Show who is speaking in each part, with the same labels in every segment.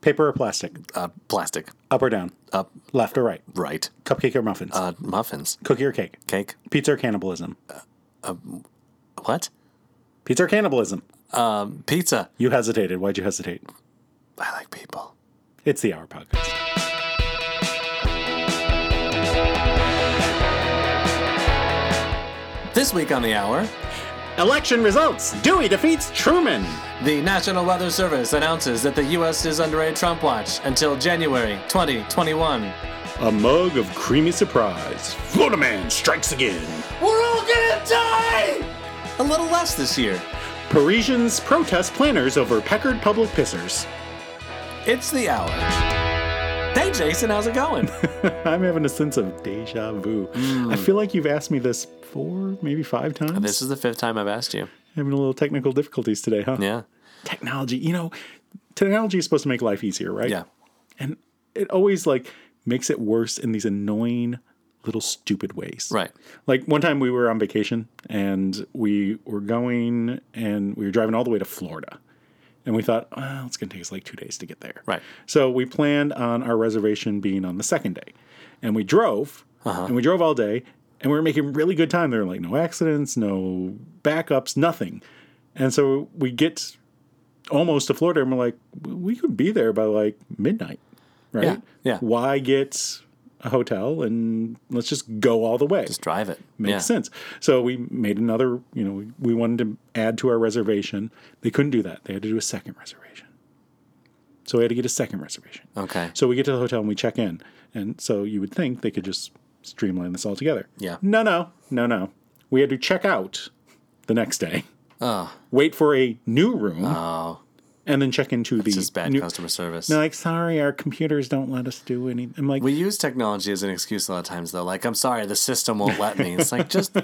Speaker 1: Paper or plastic?
Speaker 2: Uh, plastic.
Speaker 1: Up or down?
Speaker 2: Up.
Speaker 1: Left or right?
Speaker 2: Right.
Speaker 1: Cupcake or muffins?
Speaker 2: Uh, muffins.
Speaker 1: Cookie or cake?
Speaker 2: Cake.
Speaker 1: Pizza or cannibalism?
Speaker 2: What?
Speaker 1: Pizza or cannibalism?
Speaker 2: Pizza.
Speaker 1: You hesitated. Why'd you hesitate?
Speaker 2: I like people.
Speaker 1: It's the Hour Podcast.
Speaker 2: This week on the hour,
Speaker 1: Election results Dewey defeats Truman.
Speaker 2: the National Weather Service announces that the U.S. is under a Trump watch until January 2021.
Speaker 1: A mug of creamy surprise. Florida man strikes again.
Speaker 2: We're all gonna die! A little less this year.
Speaker 1: Parisians protest planners over Peckard public pissers.
Speaker 2: It's the hour. Hey, Jason, how's it going?
Speaker 1: I'm having a sense of deja vu. I feel like you've asked me this four, maybe five times.
Speaker 2: Mm. this is the fifth time I've asked you.
Speaker 1: having a little technical difficulties today, huh?
Speaker 2: Yeah.
Speaker 1: Technology, you know, technology is supposed to make life easier, right?
Speaker 2: Yeah.
Speaker 1: And it always like makes it worse in these annoying little stupid ways.
Speaker 2: Right.
Speaker 1: Like one time we were on vacation and we were going and we were driving all the way to Florida. And we thought, well, it's going to take us like two days to get there.
Speaker 2: Right.
Speaker 1: So we planned on our reservation being on the second day. And we drove
Speaker 2: Uh-huh.
Speaker 1: and we drove all day and we were making really good time. There were like no accidents, no backups, nothing. And so we get almost to Florida and we're like, we could be there by like midnight. Right.
Speaker 2: Yeah, yeah.
Speaker 1: Why get a hotel and let's just go all the way?
Speaker 2: Just drive it.
Speaker 1: makes
Speaker 2: yeah.
Speaker 1: sense. So we made another, you know, we- we wanted to add to our reservation. They couldn't do that. They had to do a second reservation. So we had to get a second reservation.
Speaker 2: Okay.
Speaker 1: So we get to the hotel and we check in. And so you would think they could just streamline this all together.
Speaker 2: Yeah.
Speaker 1: No, no, no, no. We had to check out the next day. Wait for a new room. And then check into the
Speaker 2: It's Oh. just bad
Speaker 1: new,
Speaker 2: customer service.
Speaker 1: they're like, sorry, our computers don't let us do anything. I'm like,
Speaker 2: We use technology as an excuse a lot of times, though. Like, I'm sorry, the system won't let me. It's like, just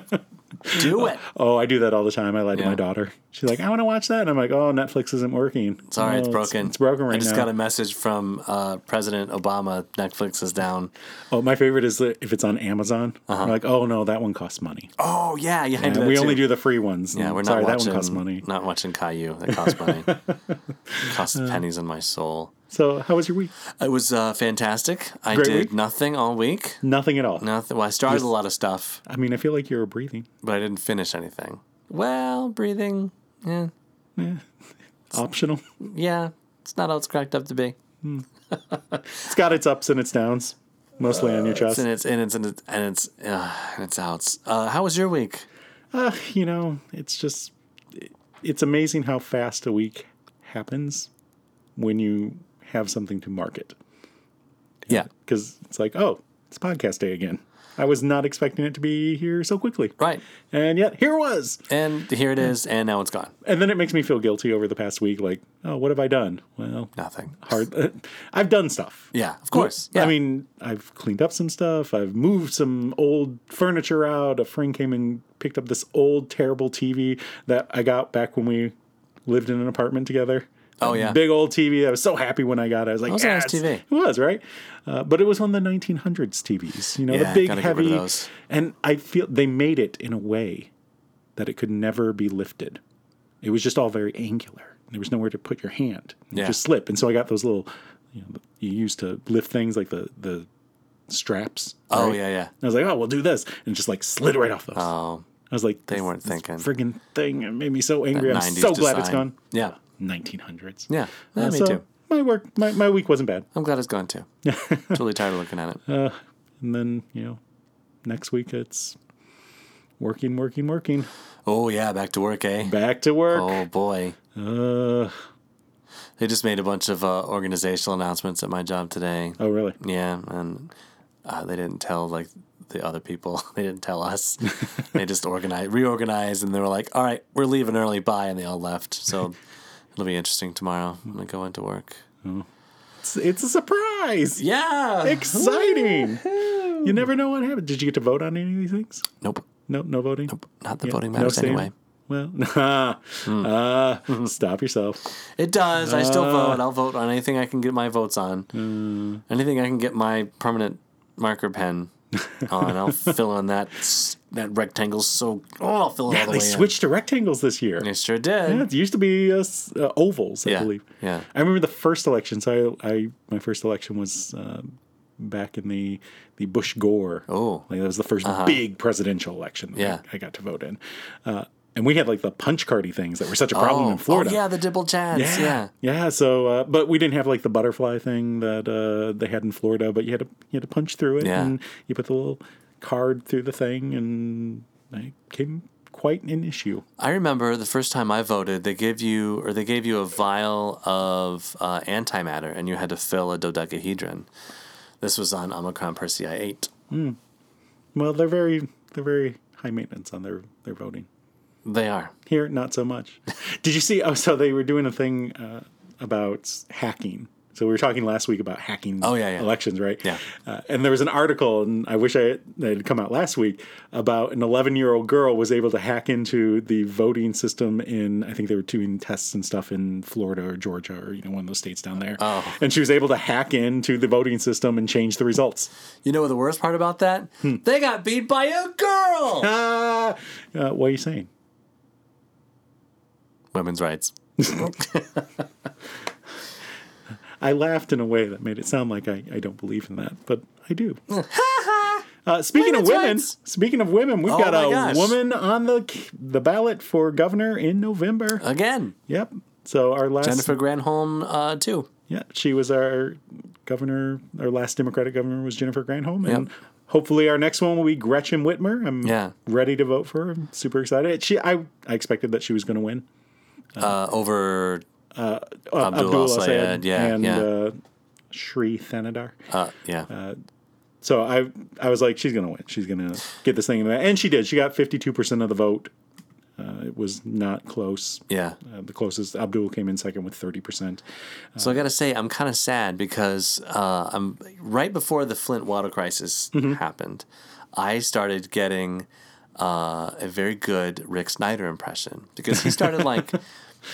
Speaker 2: do it.
Speaker 1: oh, I do that all the time. I lie to
Speaker 2: Yeah.
Speaker 1: my daughter. She's like, I want to watch that. And I'm like, oh, Netflix isn't working.
Speaker 2: Sorry,
Speaker 1: Oh,
Speaker 2: it's broken.
Speaker 1: It's, broken right
Speaker 2: I just
Speaker 1: now.
Speaker 2: got a message from uh, President Obama. Netflix is down.
Speaker 1: Oh, my favorite is that if it's on Amazon. We're like, oh, no, that one costs money.
Speaker 2: Uh-huh. Oh yeah, yeah. I do
Speaker 1: And
Speaker 2: that
Speaker 1: we
Speaker 2: too.
Speaker 1: only do the free ones.
Speaker 2: Yeah, we're not
Speaker 1: sorry,
Speaker 2: watching.
Speaker 1: that one costs money.
Speaker 2: Not watching Caillou. That costs money. costs
Speaker 1: Uh.
Speaker 2: pennies in my soul.
Speaker 1: So, how was your week?
Speaker 2: It was uh, fantastic. I
Speaker 1: Great
Speaker 2: did
Speaker 1: week.
Speaker 2: nothing all week.
Speaker 1: Nothing at all.
Speaker 2: Nothing. Well, I started a lot of stuff,
Speaker 1: I mean, I feel like you were breathing.
Speaker 2: but I didn't finish anything. Well, breathing. Yeah,
Speaker 1: Optional.
Speaker 2: yeah. It's not all it's cracked up to be.
Speaker 1: It's got its ups and its downs, mostly on your chest.
Speaker 2: And Uh, it's and it's and it's and it's, uh, and it's outs. Uh, how was your week?
Speaker 1: Uh, you know, it's just, it- it's amazing how fast a week happens when you have something to market.
Speaker 2: Yeah.
Speaker 1: because it's like, oh, it's podcast day again. I was not expecting it to be here so quickly.
Speaker 2: Right.
Speaker 1: And yet here it was.
Speaker 2: And here it is, and now it's gone.
Speaker 1: And then it makes me feel guilty over the past week. Like, oh, what have I done? Well,
Speaker 2: Nothing.
Speaker 1: hard. I've done stuff.
Speaker 2: Yeah, of course. Yeah.
Speaker 1: I mean, I've cleaned up some stuff. I've moved some old furniture out. A friend came and picked up this old, terrible TV that I got back when we lived in an apartment together.
Speaker 2: Oh, yeah.
Speaker 1: Big old TV. I was so happy when I got it. I was like,
Speaker 2: was a nice
Speaker 1: yes.
Speaker 2: TV.
Speaker 1: It was, right? Uh, but it was one of the 1900s TVs, you know,
Speaker 2: Yeah,
Speaker 1: the big,
Speaker 2: gotta get rid of
Speaker 1: heavy.
Speaker 2: those.
Speaker 1: And I feel they made it in a way that it could never be lifted. It was just all very angular. There was nowhere to put your hand. It
Speaker 2: Yeah.
Speaker 1: just slip. And so I got those little, you know, you used to lift things like the the straps.
Speaker 2: oh
Speaker 1: right?
Speaker 2: yeah, yeah.
Speaker 1: And I was like, oh, we'll do this, and it just like slid right off those.
Speaker 2: Oh,
Speaker 1: I was like, they
Speaker 2: weren't thinking.
Speaker 1: Friggin' thing. It made me so angry. I'm
Speaker 2: 90s
Speaker 1: so glad it's
Speaker 2: design.
Speaker 1: gone.
Speaker 2: Yeah.
Speaker 1: 1900s.
Speaker 2: Yeah. Yeah,
Speaker 1: Uh,
Speaker 2: me
Speaker 1: so
Speaker 2: too.
Speaker 1: My work, my, my week wasn't bad.
Speaker 2: I'm glad it's gone too. totally tired of looking at it.
Speaker 1: And then you know, next week it's working, working, working.
Speaker 2: oh yeah, back to work, eh?
Speaker 1: Back to work.
Speaker 2: Oh boy,
Speaker 1: Uh,
Speaker 2: they just made a bunch of uh, organizational announcements at my job today.
Speaker 1: oh, really?
Speaker 2: Yeah, and uh, they didn't tell like the other people. They didn't tell us. they just organized, reorganized, and they were like, "All right, we're leaving early. Bye," and they all left. So it'll be interesting tomorrow when I go into work.
Speaker 1: It's, it's a surprise.
Speaker 2: Yeah.
Speaker 1: Exciting. You never know what happened. Did you get to vote on any of these things?
Speaker 2: nope.
Speaker 1: No, no voting.
Speaker 2: Not the voting
Speaker 1: No
Speaker 2: matters
Speaker 1: saying-
Speaker 2: anyway. Hmm.
Speaker 1: Well, uh, stop yourself.
Speaker 2: It does. I
Speaker 1: Ah.
Speaker 2: still vote. I'll
Speaker 1: Mm.
Speaker 2: vote on anything I can get my votes on. Anything I can get my permanent marker pen Oh, and I'll fill in that s- that rectangle so. Oh, I'll fill it all the
Speaker 1: they
Speaker 2: way in.
Speaker 1: switched to rectangles this year.
Speaker 2: They sure did.
Speaker 1: Yeah, it used to be uh, s- uh, ovals, I
Speaker 2: Yeah,
Speaker 1: believe.
Speaker 2: yeah.
Speaker 1: I remember the first election. So I, I my first election was uh, back in the the Bush Gore.
Speaker 2: Oh.
Speaker 1: like that was the 1st big presidential election. That
Speaker 2: Yeah.
Speaker 1: I, I got to vote in, uh, and we had like the punch cardy things that were such a problem
Speaker 2: oh,
Speaker 1: in Florida.
Speaker 2: Oh, yeah, the double chance. Yeah.
Speaker 1: yeah, yeah. So, uh, but we didn't have like the butterfly thing that uh, they had in Florida. But you had to you had to punch through it,
Speaker 2: Yeah.
Speaker 1: and you put the little card through the thing, and it became quite an issue.
Speaker 2: I remember the first time I voted, they give you or they gave you a vial of uh, antimatter, and you had to fill a dodecahedron. This was on Omicron Persei eight.
Speaker 1: Well, they're very they're very high maintenance on their their voting.
Speaker 2: They are.
Speaker 1: Here, not so much. Did you see? Oh, so they were doing a thing uh, about hacking. So we were talking last week about hacking
Speaker 2: Oh, yeah, yeah.
Speaker 1: elections, right?
Speaker 2: Yeah.
Speaker 1: Uh, and there was an article, and I wish I had, that had come out last week about an 11 year old girl was able to hack into the voting system in I think they were doing tests and stuff in Florida or Georgia or you know one of those states down there.
Speaker 2: Oh.
Speaker 1: And she was able to hack into the voting system and change the results.
Speaker 2: You know what the worst part about that?
Speaker 1: Hmm.
Speaker 2: They got beat by a girl.
Speaker 1: Ah, uh, what are you saying?
Speaker 2: Women's rights.
Speaker 1: I laughed in a way that made it sound like I, I don't believe in that, but I do. uh, speaking of
Speaker 2: Women's
Speaker 1: women,
Speaker 2: rights.
Speaker 1: speaking of women, we've
Speaker 2: Oh
Speaker 1: got
Speaker 2: my
Speaker 1: a
Speaker 2: gosh.
Speaker 1: woman on the the ballot for governor in November.
Speaker 2: Again,
Speaker 1: yep. So our last,
Speaker 2: Uh. Jennifer Granholm uh, too.
Speaker 1: yeah, she was our governor. Our last Democratic governor was Jennifer Granholm, and hopefully our next one will be Gretchen Whitmer. I'm
Speaker 2: Yeah.
Speaker 1: ready to vote for her. I'm super excited. She, I, I expected that she was going to win.
Speaker 2: Uh, over
Speaker 1: Uh,
Speaker 2: Abdul Al-Sayed, yeah,
Speaker 1: and
Speaker 2: yeah.
Speaker 1: Uh, Shri Thanadar.
Speaker 2: uh, yeah.
Speaker 1: So I I was like, she's gonna win. She's gonna get this thing, and she did. She got fifty two percent of the vote. Uh, it was not close.
Speaker 2: yeah.
Speaker 1: Uh, the closest Abdul came in second with thirty percent.
Speaker 2: So I gotta say, I'm kind of sad because uh, I'm right before the Flint water crisis
Speaker 1: Mm-hmm.
Speaker 2: happened. I started getting uh, a very good Rick Snyder impression because he started like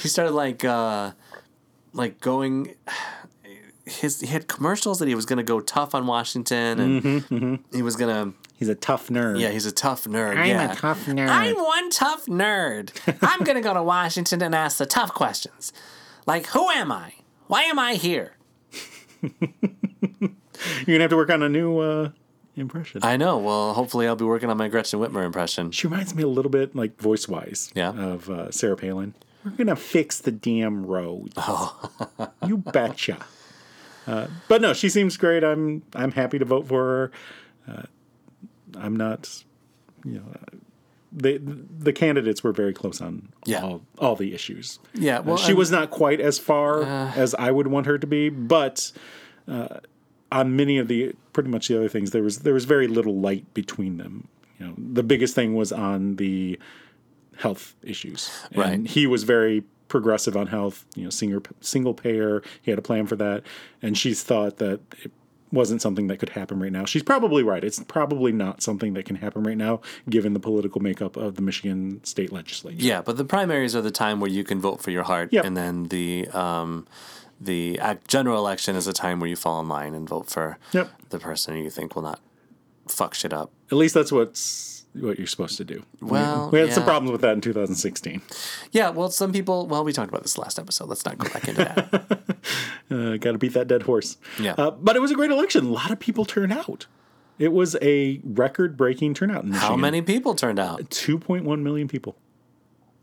Speaker 2: he started like uh, like going. His he had commercials that he was gonna go tough on Washington and
Speaker 1: Mm-hmm,
Speaker 2: he was gonna
Speaker 1: He's a tough nerd.
Speaker 2: yeah he's a tough nerd
Speaker 1: I'm
Speaker 2: yeah
Speaker 1: a tough nerd.
Speaker 2: I'm one tough nerd. I'm going to go to Washington and ask the tough questions. Like, who am I? Why am I here?
Speaker 1: You're gonna have to work on a new uh, impression.
Speaker 2: I know. Well, hopefully I'll be working on my Gretchen Whitmer impression.
Speaker 1: she reminds me a little bit, like voice wise,
Speaker 2: Yeah.
Speaker 1: of uh, Sarah Palin. We're gonna fix the damn road.
Speaker 2: Oh.
Speaker 1: you betcha. Uh, but no, she seems great. I'm I'm happy to vote for her. Uh, I'm not, you know, uh, they the candidates were very close on
Speaker 2: Yeah.
Speaker 1: all all the issues.
Speaker 2: Yeah,
Speaker 1: Uh,
Speaker 2: well,
Speaker 1: she
Speaker 2: and- Uh.
Speaker 1: was not quite as far as I would want her to be, but. uh, on many of the pretty much the other things there was there was very little light between them you know the biggest thing was on the health issues and
Speaker 2: Right.
Speaker 1: he was very progressive on health you know singer, single payer he had a plan for that and she's thought that it wasn't something that could happen right now she's probably right it's probably not something that can happen right now given the political makeup of the michigan state legislature
Speaker 2: Yeah, but the primaries are the time where you can vote for your heart,
Speaker 1: Yep.
Speaker 2: and then the um, the ac- general election is a time where you fall in line and vote for
Speaker 1: Yep.
Speaker 2: the person you think will not fuck shit up.
Speaker 1: at least that's what's what you're supposed to do
Speaker 2: Well,
Speaker 1: we had some
Speaker 2: yeah.
Speaker 1: problems with that in 2016
Speaker 2: Yeah, well, some people. Well, we talked about this last episode. Let's not go back into that.
Speaker 1: Uh, Got to beat that dead horse.
Speaker 2: Yeah.
Speaker 1: Uh, but it was a great election. A lot of people turned out. It was a record-breaking turnout in Michigan.
Speaker 2: How many people turned out?
Speaker 1: 2.1 million people.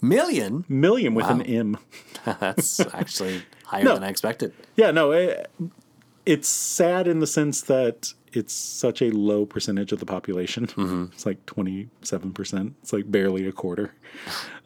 Speaker 2: Million.
Speaker 1: Million with an M.
Speaker 2: That's actually higher
Speaker 1: No.
Speaker 2: than I expected.
Speaker 1: Yeah, no, it, it's sad in the sense that it's such a low percentage of the population.
Speaker 2: Mm-hmm.
Speaker 1: It's like 27%. It's like barely a quarter,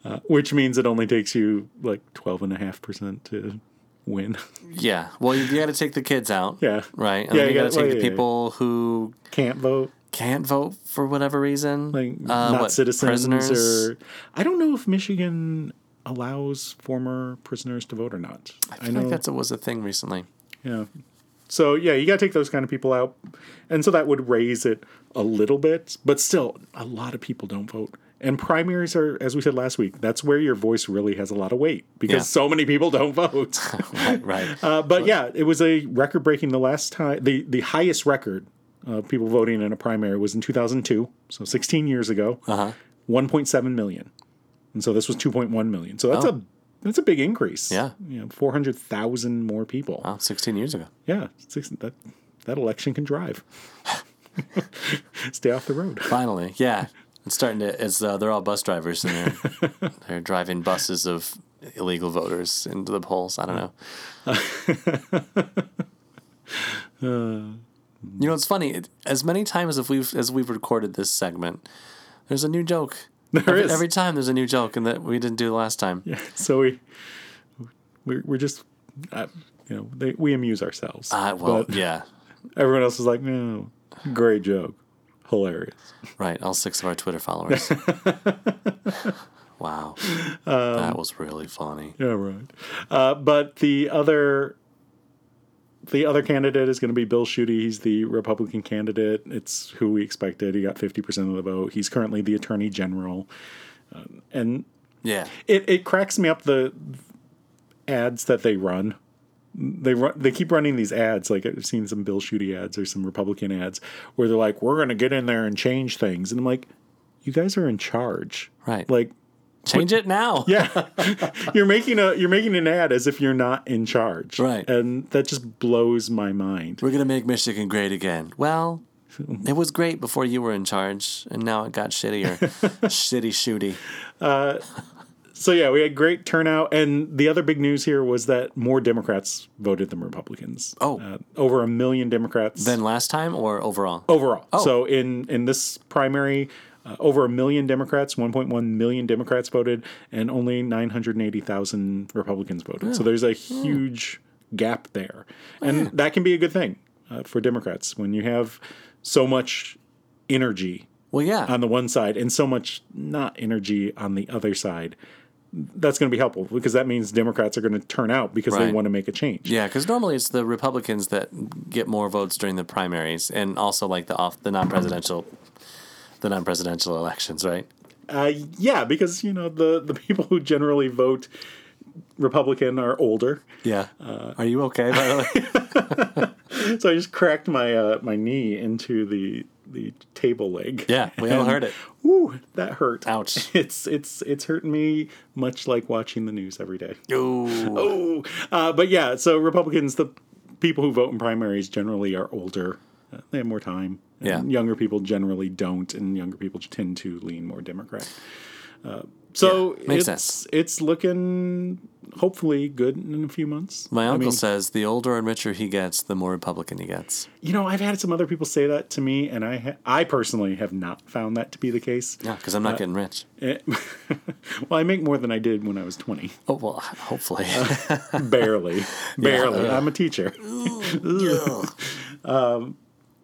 Speaker 1: uh, which means it only takes you like 12.5% to win.
Speaker 2: Yeah. Well, you, you got to take the kids out.
Speaker 1: Yeah.
Speaker 2: Right. And
Speaker 1: Yeah,
Speaker 2: then you
Speaker 1: you gotta-
Speaker 2: got to take
Speaker 1: well,
Speaker 2: the
Speaker 1: yeah, yeah.
Speaker 2: people who
Speaker 1: Can't vote.
Speaker 2: can't vote for whatever reason.
Speaker 1: like
Speaker 2: Uh,
Speaker 1: not
Speaker 2: what,
Speaker 1: citizens or I don't know if Michigan allows former prisoners to vote or not.
Speaker 2: I
Speaker 1: I,
Speaker 2: feel
Speaker 1: know.
Speaker 2: like that was a thing recently.
Speaker 1: yeah. So yeah, you got to take those kind of people out, and so that would raise it a little bit, but still, a lot of people don't vote. And primaries are, as we said last week, that's where your voice really has a lot of weight because
Speaker 2: Yeah.
Speaker 1: so many people don't vote.
Speaker 2: Right. Right.
Speaker 1: Uh, but yeah, it was a record breaking the last time the the highest record uh, people voting in a primary was in 2002, so 16 years ago. Uh-huh. 1.7 million, and so this was 2.1 million. So that's a that's a big increase.
Speaker 2: Oh. Yeah.
Speaker 1: you know, 400,000 more people.
Speaker 2: Wow, 16 years ago.
Speaker 1: Yeah, six, that that election can drive. Stay off the road.
Speaker 2: Finally, yeah. It's starting to. It's uh, they're all bus drivers and they're they're driving buses of illegal voters into the polls. I don't know.
Speaker 1: Uh.
Speaker 2: you know, it's funny. It, as many times as we've as we've recorded this segment, there's a new joke.
Speaker 1: There
Speaker 2: every,
Speaker 1: is.
Speaker 2: every time there's a new joke, and that we didn't do last time.
Speaker 1: so we we're, we're just uh, you know they, we amuse ourselves.
Speaker 2: Uh, well,
Speaker 1: But
Speaker 2: yeah,
Speaker 1: everyone else is like, no, great joke, hilarious.
Speaker 2: right. All six of our Twitter followers. wow,
Speaker 1: Um,
Speaker 2: that was really funny.
Speaker 1: Yeah, right. Uh, but the other the other candidate is going to be Bill Schuette. He's the Republican candidate. It's who we expected. He got fifty percent of the vote. He's currently the Attorney General, Um, and
Speaker 2: Yeah,
Speaker 1: it, it cracks me up the ads that they run. They run, they keep running these ads. Like I've seen some Bill Schuette ads or some Republican ads where they're like, "We're going to get in there and change things," and I'm like, "You guys are in charge,
Speaker 2: Right.
Speaker 1: Like,
Speaker 2: change it now.
Speaker 1: yeah, you're making a you're making an ad as if you're not in charge,
Speaker 2: Right.
Speaker 1: And that just blows my mind.
Speaker 2: We're gonna make Michigan great again. Well, it was great before you were in charge, and now it got shittier. Shitty shooty.
Speaker 1: So yeah, we had great turnout, and the other big news here was that more Democrats voted than Republicans.
Speaker 2: Oh.
Speaker 1: Uh, over a million Democrats
Speaker 2: Than last time or overall?
Speaker 1: overall.
Speaker 2: Oh.
Speaker 1: So in in this primary, uh, over a million Democrats, 1.1 million Democrats voted, and only 980,000 Republicans voted. So there's a
Speaker 2: Hmm.
Speaker 1: huge gap there, and that can be a good thing uh, for Democrats when you have so much energy
Speaker 2: Well, yeah.
Speaker 1: on the one side and so much not energy on the other side. That's going to be helpful because that means Democrats are going to turn out because they
Speaker 2: Right.
Speaker 1: want to make a change.
Speaker 2: yeah, because normally it's the Republicans that get more votes during the primaries, and also like the off the non presidential, the non presidential elections, right?
Speaker 1: Uh, yeah, because you know the the people who generally vote Republican are older.
Speaker 2: Yeah. Uh, Are you okay? By the way,
Speaker 1: So I just cracked my uh, my knee into the the table leg.
Speaker 2: yeah, we all
Speaker 1: And-
Speaker 2: heard it.
Speaker 1: Ooh, that hurt.
Speaker 2: Ouch.
Speaker 1: It's it's it's hurting me much like watching the news every day. oh,
Speaker 2: Ooh.
Speaker 1: Ooh. Uh, but yeah, so Republicans, the people who vote in primaries generally are older. Uh, they have more time. And
Speaker 2: Yeah.
Speaker 1: Younger people generally don't, and younger people tend to lean more Democrat. Uh, so
Speaker 2: makes
Speaker 1: it's it's looking hopefully good in a few months.
Speaker 2: My
Speaker 1: I
Speaker 2: uncle
Speaker 1: mean,
Speaker 2: says the older and richer he gets, the more Republican he gets.
Speaker 1: you know, I've had some other people say that to me, and I ha- I personally have not found that to be the case.
Speaker 2: Yeah, because I'm not getting rich.
Speaker 1: Eh, well, I make more than I did when I was twenty.
Speaker 2: Oh well, hopefully.
Speaker 1: barely barely i'm a teacher um,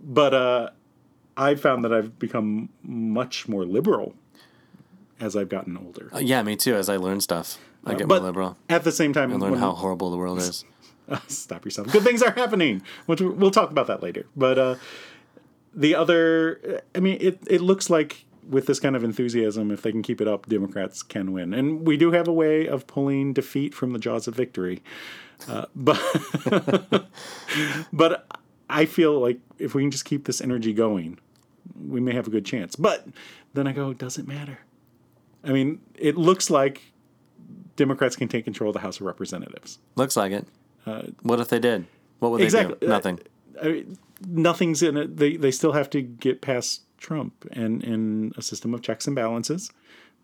Speaker 1: but uh, i found that i've become much more liberal as i've gotten older
Speaker 2: Yeah, me too. As I learn stuff, I get
Speaker 1: but
Speaker 2: more liberal.
Speaker 1: at the same time
Speaker 2: Learn
Speaker 1: when-
Speaker 2: how horrible the world is.
Speaker 1: stop yourself good things are happening which we- we'll talk about that later but uh, the other i mean it, it looks like with this kind of enthusiasm if they can keep it up democrats can win and we do have a way of pulling defeat from the jaws of victory Uh, But I feel like if we can just keep this energy going, we may have a good chance. But then I go, does it matter? I mean, it looks like Democrats can take control of the House of Representatives.
Speaker 2: Looks like it. what if they did? What would they
Speaker 1: Uh, Exactly. uh,
Speaker 2: do? Nothing.
Speaker 1: I mean, nothing's in it. They they still have to get past Trump and in a system of checks and balances,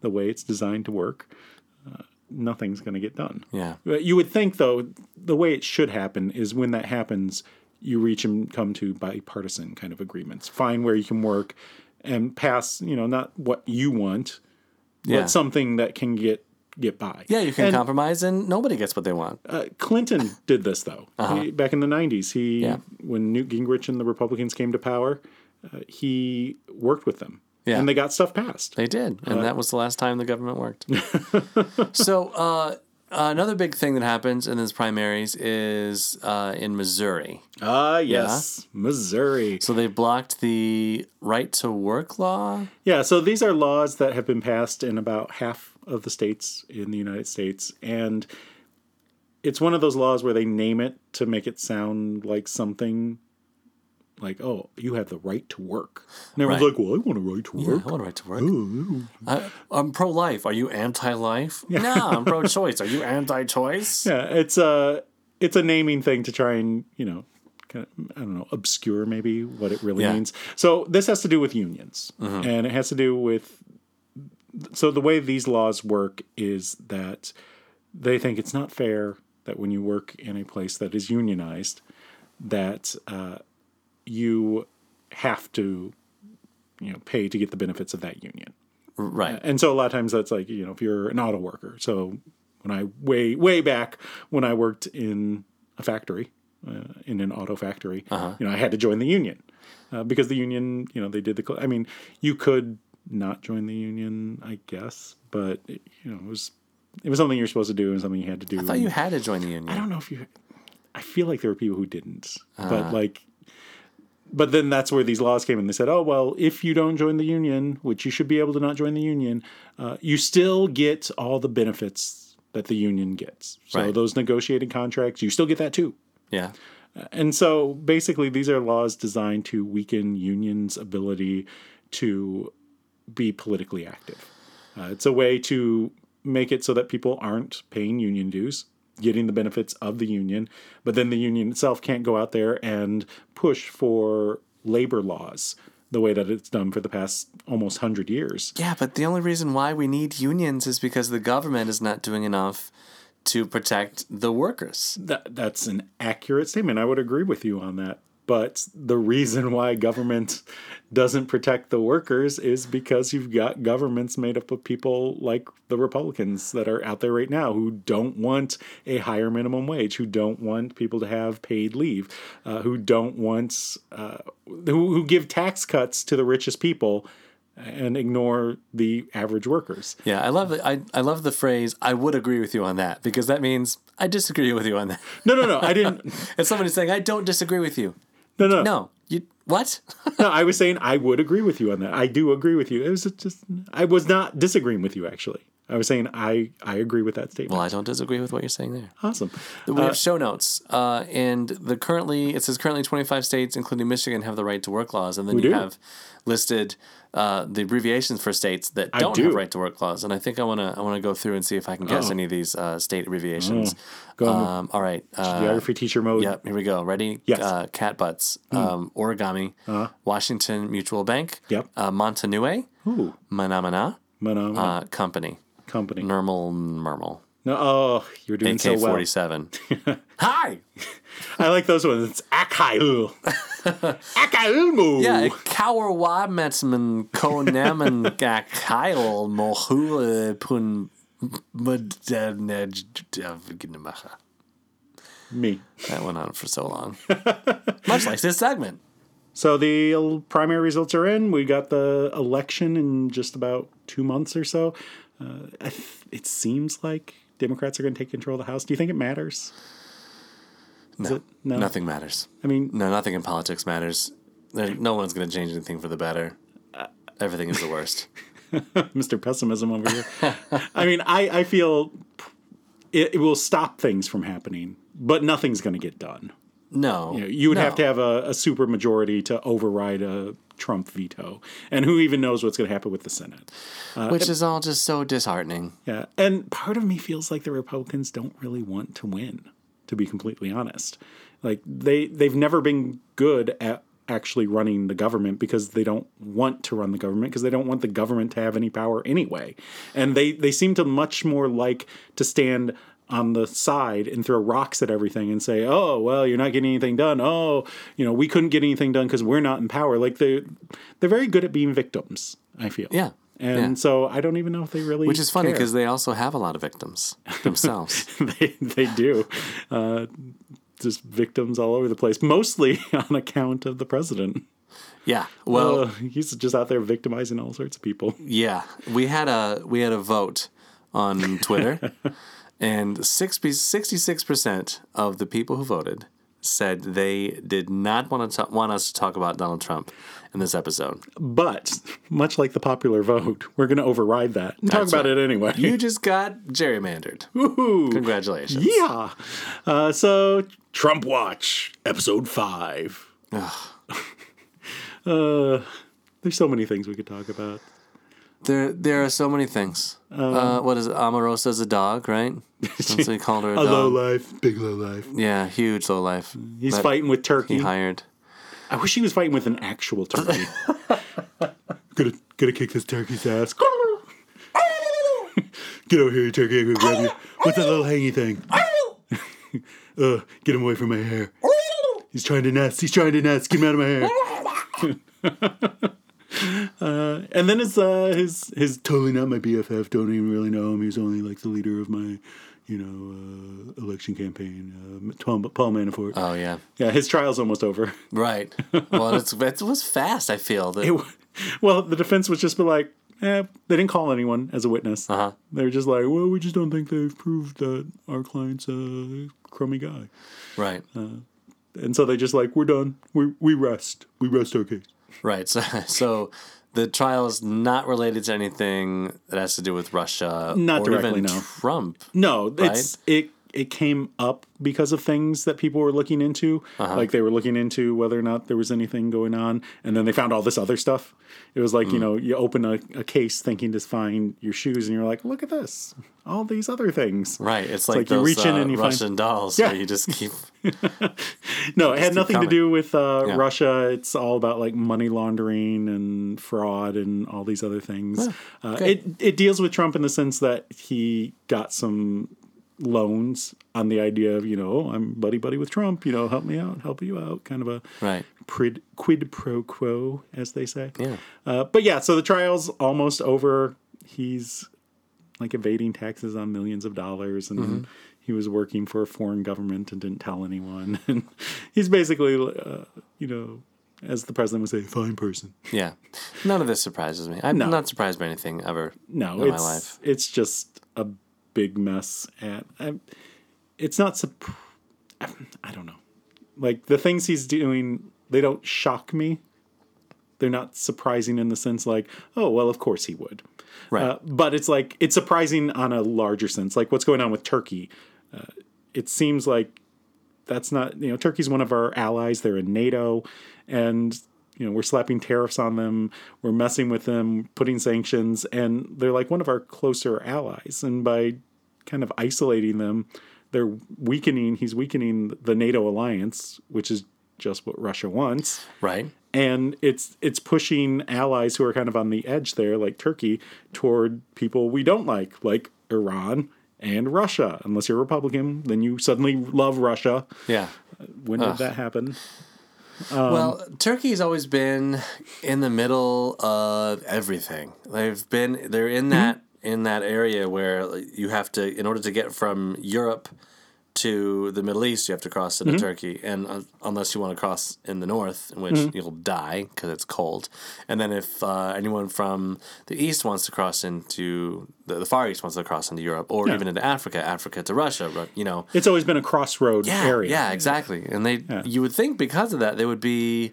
Speaker 1: the way it's designed to work, uh, nothing's going to get done.
Speaker 2: Yeah.
Speaker 1: But You would think, though, the way it should happen is when that happens, you reach and come to bipartisan kind of agreements. Find where you can work and pass, you know, not what you want,
Speaker 2: Yeah.
Speaker 1: but something that can get get by.
Speaker 2: Yeah, you can
Speaker 1: And,
Speaker 2: compromise, and nobody gets what they want.
Speaker 1: uh, Clinton did this though. He- back in the '90s, he
Speaker 2: Uh-huh. Yeah.
Speaker 1: when Newt Gingrich and the Republicans came to power, uh, he worked with them,
Speaker 2: Yeah.
Speaker 1: and they got stuff passed.
Speaker 2: They did,
Speaker 1: Uh,
Speaker 2: and that was the last time the government worked. so uh, another big thing that happens in these primaries is uh, in Missouri.
Speaker 1: Ah, yes, Missouri.
Speaker 2: So they blocked the right to work law.
Speaker 1: Yeah, so these are laws that have been passed in about half of the states in the United States. And it's one of those laws where they name it to make it sound like something like, oh, you have the right to work. And everyone's
Speaker 2: Right.
Speaker 1: like, well, I want a right to
Speaker 2: Yeah,
Speaker 1: work.
Speaker 2: I want a right to work. I, I'm pro life. Are you anti life? No, I'm pro choice. Are you anti choice?
Speaker 1: Yeah, it's a it's a naming thing to try and you know, kind of, I don't know, obscure maybe what it really
Speaker 2: Yeah.
Speaker 1: means. So this has to do with unions, and it has to do with. So the way these laws work is that they think it's not fair that when you work in a place that is unionized, that uh, you have to, you know, pay to get the benefits of that union.
Speaker 2: Right.
Speaker 1: And so a lot of times that's like, you know, if you're an auto worker. So when I way, way back when I worked in a factory, uh, in an auto factory,
Speaker 2: Uh-huh.
Speaker 1: you know, I had to join the union uh, because the union, you know, they did the, cl- I mean, you could not join the union, I guess, but it, you know, it was, it was something you're supposed to do and something you had to do.
Speaker 2: I thought you had to join the union.
Speaker 1: I don't know if you. I feel like there were people who didn't, but like, but then that's where these laws came in. They said, "Oh well, if you don't join the union, which you should be able to not join the union, uh, you still get all the benefits that the union gets. So
Speaker 2: Right.
Speaker 1: those negotiated contracts, you still get that too."
Speaker 2: Yeah.
Speaker 1: And so basically, these are laws designed to weaken unions' ability to be politically active. Uh, it's a way to make it so that people aren't paying union dues, getting the benefits of the union, but then the union itself can't go out there and push for labor laws the way that it's done for the past almost 100 years.
Speaker 2: Yeah, but the only reason why we need unions is because the government is not doing enough to protect the workers.
Speaker 1: That, that's an accurate statement. I would agree with you on that. But the reason why government doesn't protect the workers is because you've got governments made up of people like the Republicans that are out there right now who don't want a higher minimum wage, who don't want people to have paid leave, uh, who don't want, uh, who, who give tax cuts to the richest people and ignore the average workers.
Speaker 2: Yeah, I love I, I love the phrase I would agree with you on that because that means I disagree with you on that.
Speaker 1: No, no, no. I didn't.
Speaker 2: It's somebody saying I don't disagree with you.
Speaker 1: No, no.
Speaker 2: No. You what?
Speaker 1: no, I was saying I would agree with you on that. I do agree with you. It was just I was not disagreeing with you actually. I was saying I I agree with that statement.
Speaker 2: well, I don't disagree with what you're saying there.
Speaker 1: Awesome.
Speaker 2: We have show notes, uh, and the currently it says currently 25 states, including Michigan, have the right to work laws, and then you
Speaker 1: do.
Speaker 2: have listed uh, the abbreviations for states that don't
Speaker 1: do. Oh.
Speaker 2: have right to work laws. And I think I want to I want to go through and see if I can guess any of these uh, state abbreviations.
Speaker 1: Mm. Go on.
Speaker 2: um, all right. Uh,
Speaker 1: Geography teacher mode.
Speaker 2: yep. Here we go. Ready?
Speaker 1: Yes. Hmm. Uh-huh.
Speaker 2: Uh, cat butts. Um, origami. Washington Mutual Bank.
Speaker 1: Yep.
Speaker 2: Uh, Montanue.
Speaker 1: Ooh, Hmm.
Speaker 2: Manamana.
Speaker 1: Manama
Speaker 2: Uh, company.
Speaker 1: company. No,
Speaker 2: Normal. Mermal.
Speaker 1: oh, you're doing so
Speaker 2: K
Speaker 1: well.
Speaker 2: forty seven. Hi.
Speaker 1: I like those ones. It's Akail. Akailmu.
Speaker 2: Yeah, Kaur Wametsman Konaman Gakail Mohule Pun Madanejmacha.
Speaker 1: Me.
Speaker 2: That went on for so long. Much like this segment.
Speaker 1: So the el- primary results are in. We got the election in just about two months or so. Uh, I th- it seems like Democrats are going to take control of the House. Do you think it matters?
Speaker 2: No,
Speaker 1: it- no.
Speaker 2: Nothing matters.
Speaker 1: I mean,
Speaker 2: No, nothing in politics matters. There, no one's going to change anything for the better.
Speaker 1: Uh,
Speaker 2: Everything is the worst.
Speaker 1: Mr. Pessimism over here. I mean, I, I feel it, it will stop things from happening, but nothing's going to get done.
Speaker 2: No.
Speaker 1: You, know, you would have to have a, a super majority to override a Trump veto. And who even knows what's going to happen with the Senate?
Speaker 2: Which is all just so disheartening.
Speaker 1: Yeah. And part of me feels like the Republicans don't really want to win, to be completely honest. Like they they've never been good at actually running the government because they don't want to run the government because they don't want the government to have any power anyway. And they they seem to much more like to stand on the side and throw rocks at everything and say, "Oh, well, you're not getting anything done. Oh, you know, we couldn't get anything done because we're not in power." Like they they're very good at being victims, I feel.
Speaker 2: Yeah.
Speaker 1: And
Speaker 2: Yeah.
Speaker 1: so I don't even know if they really
Speaker 2: Which is funny
Speaker 1: care
Speaker 2: because they also have a lot of victims themselves.
Speaker 1: they they do. Uh, just victims all over the place, mostly on account of the president.
Speaker 2: yeah. Well,
Speaker 1: Uh, he's just out there victimizing all sorts of people.
Speaker 2: Yeah, we had a we had a vote on Twitter, and 66 percent of the people who voted said they did not want to ta- want us to talk about Donald Trump in this episode.
Speaker 1: But much like the popular vote, we're going to override that and talk
Speaker 2: That's
Speaker 1: about
Speaker 2: right.
Speaker 1: it anyway.
Speaker 2: You just got gerrymandered.
Speaker 1: Woohoo!
Speaker 2: Congratulations.
Speaker 1: Yeah. Uh, so Trump Watch, episode five. Uh, there's so many things we could talk about.
Speaker 2: There, there are so many things.
Speaker 1: Um,
Speaker 2: uh, what is it? Amarosa's a dog, right? That's what he called her a,
Speaker 1: A
Speaker 2: dog.
Speaker 1: low life, big low life.
Speaker 2: Yeah, huge low life.
Speaker 1: He's
Speaker 2: Um, But
Speaker 1: fighting with
Speaker 2: He
Speaker 1: turkey.
Speaker 2: hired.
Speaker 1: I wish he was fighting with an actual turkey. gonna gonna kick this turkey's ass. get over here, you turkey! I'm gonna grab you. What's that little hangy thing? uh, get him away from my hair. He's trying to nest. He's trying to nest. Get him out of my hair. Uh, and then his uh, his his totally not my BFF. Don't even really know him. He's only like the leader of my, you know, uh, election campaign. Uh, Tom, Paul Manafort.
Speaker 2: Oh yeah,
Speaker 1: Uh, yeah, his trial's almost over.
Speaker 2: right. Well, it's it was fast. I feel that.
Speaker 1: It wa- well, the defense was just be like, eh, they didn't call anyone as a witness.
Speaker 2: Uh-huh.
Speaker 1: They were just like, well, we just don't think they've proved that our client's a crummy guy.
Speaker 2: right,
Speaker 1: And so they just like, we're done. We, we rest. We rest our case.
Speaker 2: right. So, so the trial is not related to anything that has to do with Russia
Speaker 1: Not
Speaker 2: or
Speaker 1: directly,
Speaker 2: even
Speaker 1: no.
Speaker 2: Trump.
Speaker 1: No, it's it it came up because of things that people were looking into. Like they were looking into whether or not there was anything going on, and then they found all this other stuff. It was like you know you open a, a case thinking to find your shoes, and you're like, look at this, all these other things.
Speaker 2: Right. It's, like,
Speaker 1: you
Speaker 2: those,
Speaker 1: reach in
Speaker 2: uh,
Speaker 1: and you find-
Speaker 2: Russian dolls
Speaker 1: Yeah.
Speaker 2: where you just keep.
Speaker 1: No, it had nothing
Speaker 2: coming.
Speaker 1: to do with uh,
Speaker 2: Yeah.
Speaker 1: Russia. It's all about like money laundering and fraud and all these other things. uh,
Speaker 2: good.
Speaker 1: it it deals with Trump in the sense that he got some loans on the idea of you know "Oh, I'm buddy buddy with Trump. You know, help me out, help you out, kind of a
Speaker 2: Right.
Speaker 1: prid, quid pro quo, as they say.
Speaker 2: Yeah.
Speaker 1: Uh, but yeah, so the trial's almost over. He's like evading taxes on millions of dollars, and he was working for a foreign government and didn't tell anyone. And he's basically, uh, you know, as the president would say, fine person.
Speaker 2: Yeah. None of this surprises me. I'm
Speaker 1: No.
Speaker 2: not surprised by anything ever.
Speaker 1: No,
Speaker 2: In my
Speaker 1: it's
Speaker 2: life.
Speaker 1: it's just a big mess, and I, it's not. Sup- I don't know. Like the things he's doing, they don't shock me. They're not surprising in the sense like, oh well, of course he would.
Speaker 2: Right.
Speaker 1: Uh, but it's like it's surprising on a larger sense, like what's going on with Turkey. Uh, it seems like that's not you know Turkey's one of our allies. They're in NATO, and you know we're slapping tariffs on them, we're messing with them, putting sanctions, and they're like one of our closer allies. And by kind of isolating them, they're weakening. He's weakening the NATO alliance, which is just what Russia wants
Speaker 2: right.
Speaker 1: and it's it's pushing allies who are kind of on the edge there like Turkey toward people we don't like like Iran and Russia unless you're a republican then you suddenly love Russia
Speaker 2: Yeah.
Speaker 1: when did that happen
Speaker 2: well, Turkey's always been in the middle of everything. They've been they're in that in that area where like, you have to in order to get from Europe to the Middle East, you have to cross into Turkey, and uh, unless you want to cross in the north, in which you'll die because it's cold, and then if uh, anyone from the east wants to cross into the, the Far East wants to cross into Europe or even into Africa, Africa to Russia, Ru- you know,
Speaker 1: it's always been a crossroad
Speaker 2: yeah,
Speaker 1: area
Speaker 2: Yeah, exactly. And they, you would think because of that, they would be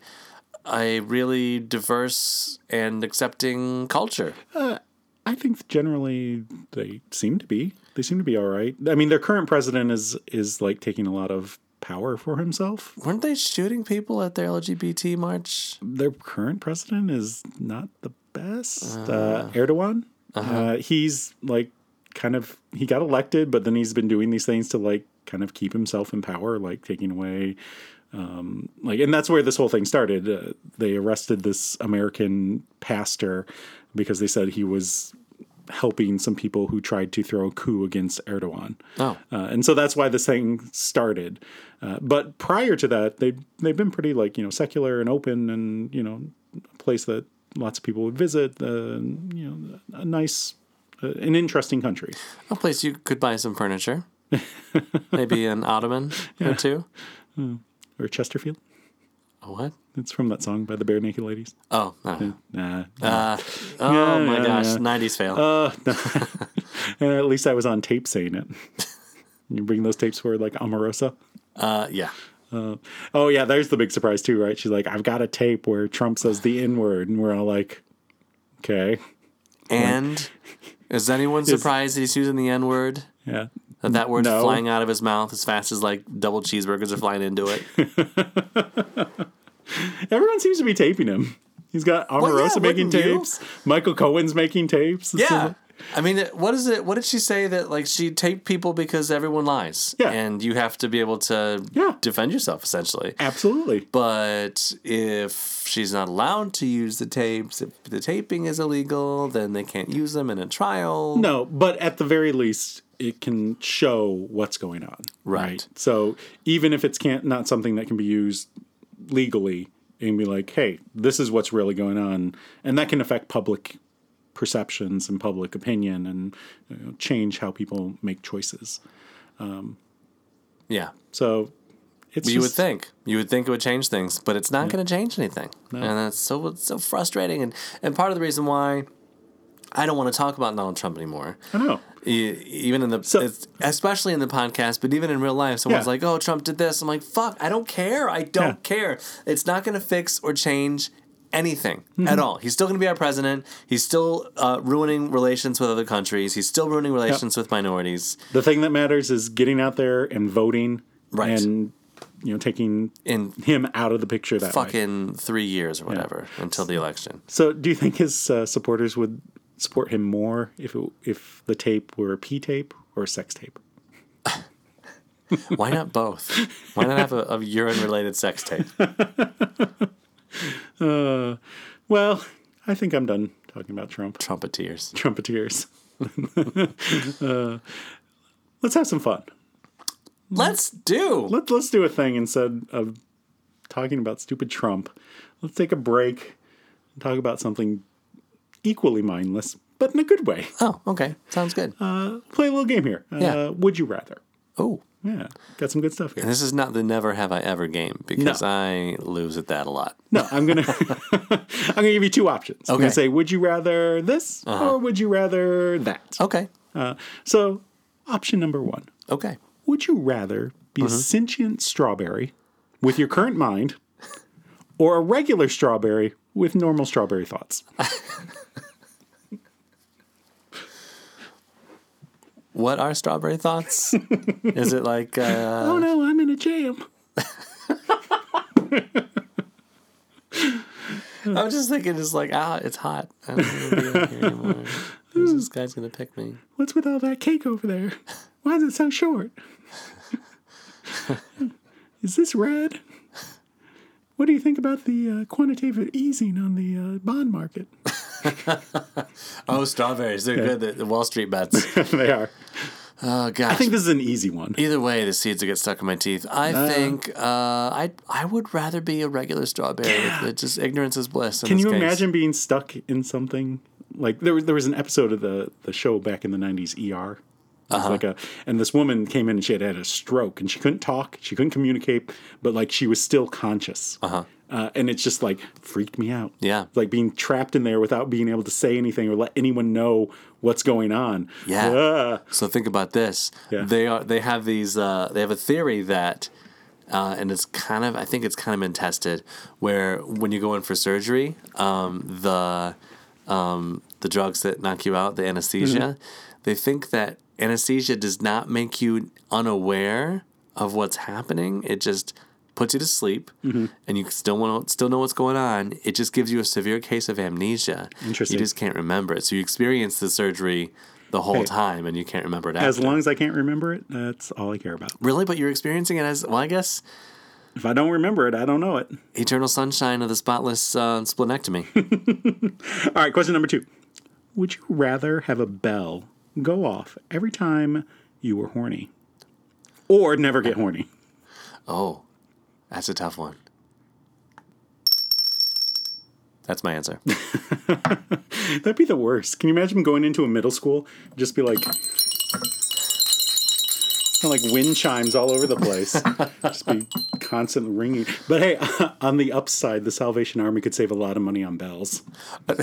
Speaker 2: a really diverse and accepting culture.
Speaker 1: I think generally they seem to be they seem to be all right I mean their current president is is like taking a lot of power for himself
Speaker 2: Weren't they shooting people at their LGBT march?
Speaker 1: their current president is not the best. Uh, Erdogan. uh he's like kind of he got elected, but then he's been doing these things to like kind of keep himself in power, like taking away. Um, like, and that's where this whole thing started. Uh, they arrested this American pastor because they said he was helping some people who tried to throw a coup against Erdogan.
Speaker 2: Oh.
Speaker 1: Uh, and so that's why this thing started. Uh, but prior to that, they they've been pretty like you know secular and open and you know a place that lots of people would visit. Uh, you know, a nice, uh, an interesting country.
Speaker 2: A place you could buy some furniture. Maybe an ottoman or two.
Speaker 1: Or Chesterfield.
Speaker 2: A what?
Speaker 1: It's from that song by the Bare Naked Ladies.
Speaker 2: Oh, no.
Speaker 1: Nah.
Speaker 2: Uh, oh my
Speaker 1: yeah,
Speaker 2: gosh,
Speaker 1: yeah.
Speaker 2: 90s fail.
Speaker 1: Uh, no. And at least I was on tape saying it. you bring those tapes forward like Omarosa.
Speaker 2: Uh, yeah.
Speaker 1: Oh yeah, there's the big surprise too, right? She's like, I've got a tape where Trump says the N word, and we're all like, okay,
Speaker 2: And is anyone surprised that he's using the N word?
Speaker 1: yeah.
Speaker 2: That that word's
Speaker 1: No.
Speaker 2: flying out of his mouth as fast as like double cheeseburgers are flying into it?
Speaker 1: Everyone seems to be taping him. He's got Omarosa
Speaker 2: yeah,
Speaker 1: making
Speaker 2: wouldn't you?
Speaker 1: tapes. Michael Cohen's making tapes. It's
Speaker 2: Yeah.
Speaker 1: like-
Speaker 2: I mean, it- what is it? What did she say that like she taped people because everyone lies?
Speaker 1: Yeah.
Speaker 2: And you have to be able to
Speaker 1: Yeah.
Speaker 2: defend yourself essentially.
Speaker 1: absolutely.
Speaker 2: But if she's not allowed to use the tapes, if the taping is illegal, then they can't use them in a trial.
Speaker 1: No, but at the very least, it can show what's going on.
Speaker 2: Right.
Speaker 1: So even if it's can't not something that can be used legally, it can be like, hey, this is what's really going on, and that can affect public perceptions and public opinion and you know, change how people make choices.
Speaker 2: Yeah.
Speaker 1: So it's
Speaker 2: you would
Speaker 1: just-
Speaker 2: think you would think it would change things, but it's not going to change anything, and that's so it's so frustrating. And and part of the reason why I don't want to talk about Donald Trump anymore,
Speaker 1: I know.
Speaker 2: E- even in the it's, especially in the podcast, but even in real life, someone's
Speaker 1: Yeah.
Speaker 2: like, "Oh, Trump did this." I'm like, "Fuck, I don't care. I don't
Speaker 1: Yeah.
Speaker 2: care. It's not going to fix or change." Anything
Speaker 1: Mm-hmm.
Speaker 2: at all. He's still going to be our president. He's still uh, ruining relations with other countries. He's still ruining relations with minorities.
Speaker 1: The thing that matters is getting out there and voting,
Speaker 2: Right.
Speaker 1: And you know, taking
Speaker 2: In
Speaker 1: him out of the picture that way.
Speaker 2: fucking three years or whatever until the election.
Speaker 1: So, do you think his uh, supporters would support him more if it, if the tape were a P tape or a sex tape?
Speaker 2: Why not both? Why not have a, a urine related sex tape?
Speaker 1: Well, I think I'm done talking about Trump
Speaker 2: Trumpeteers.
Speaker 1: trumpeteers. uh, let's have some fun.
Speaker 2: Let's do.
Speaker 1: Let, let's do a thing instead of talking about stupid Trump. Let's take a break and talk about something equally mindless, but in a good way.
Speaker 2: Oh, okay. Sounds good.
Speaker 1: Uh, Play a little game here.
Speaker 2: Yeah.
Speaker 1: Uh, would you rather?
Speaker 2: oh,
Speaker 1: Yeah, got some good stuff here.
Speaker 2: this is not the never have I ever game because I lose at that a lot.
Speaker 1: No, I'm gonna I'm gonna give you two options. I'm
Speaker 2: Okay. Uh-huh.
Speaker 1: gonna say, would you rather this or would you rather that?
Speaker 2: Okay.
Speaker 1: So, option number one:
Speaker 2: Okay.
Speaker 1: Would you rather be
Speaker 2: Uh-huh.
Speaker 1: a sentient strawberry with your current mind, or a regular strawberry with normal strawberry thoughts?
Speaker 2: Uh-huh. What are strawberry thoughts? is it like, uh,
Speaker 1: oh no, I'm in a jam.
Speaker 2: I was just thinking, just like, ah, it's hot. I don't want to be in here anymore. Who's this guy's going to pick me?
Speaker 1: What's with all that cake over there? Why is it so short? is this red? What do you think about the uh, quantitative easing on the uh, bond market?
Speaker 2: Oh, strawberries. They're good. The, the Wall Street bets.
Speaker 1: they are.
Speaker 2: Oh, gosh.
Speaker 1: I think this is an easy one.
Speaker 2: Either way, the seeds will get stuck in my teeth. I think uh, I I would rather be a regular strawberry. It's just ignorance is bliss. in
Speaker 1: Can
Speaker 2: this
Speaker 1: you
Speaker 2: case.
Speaker 1: imagine being stuck in something? Like there was there was an episode of the the show back in the nineties, ER. It
Speaker 2: Uh-huh.
Speaker 1: was Like a, and this woman came in and she had had a stroke and she couldn't talk, she couldn't communicate, but like she was still conscious. Uh-huh. and it's just like freaked me out.
Speaker 2: Yeah.
Speaker 1: like being trapped in there without being able to say anything or let anyone know what's going on.
Speaker 2: Yeah.
Speaker 1: Ah.
Speaker 2: So think about this.
Speaker 1: Yeah.
Speaker 2: They are they have these uh, they have a theory that uh, and it's kind of I think it's kind of been tested where when you go in for surgery, um, the um, the drugs that knock you out, the anesthesia,
Speaker 1: Mm-hmm.
Speaker 2: they think that anesthesia does not make you unaware of what's happening. It just puts you to sleep,
Speaker 1: Mm-hmm.
Speaker 2: and you still want still know what's going on. It just gives you a severe case of amnesia.
Speaker 1: Interesting.
Speaker 2: You just can't remember it. So you experience the surgery the whole
Speaker 1: Hey.
Speaker 2: time, and you can't remember it.
Speaker 1: As
Speaker 2: after.
Speaker 1: long as I can't remember it, that's all I care about.
Speaker 2: really, but you're experiencing it as well. I guess
Speaker 1: If I don't remember it, I don't know it.
Speaker 2: eternal sunshine of the spotless uh, splenectomy.
Speaker 1: All right, question number two. Would you rather have a bell go off every time you were horny or never get horny?
Speaker 2: Oh, that's a tough one. That's my answer.
Speaker 1: That'd be the worst. Can you imagine going into a middle school? Just be like, and, like wind chimes all over the place. just be constantly ringing. But hey, on the upside, the Salvation Army could save a lot of money on bells. ho,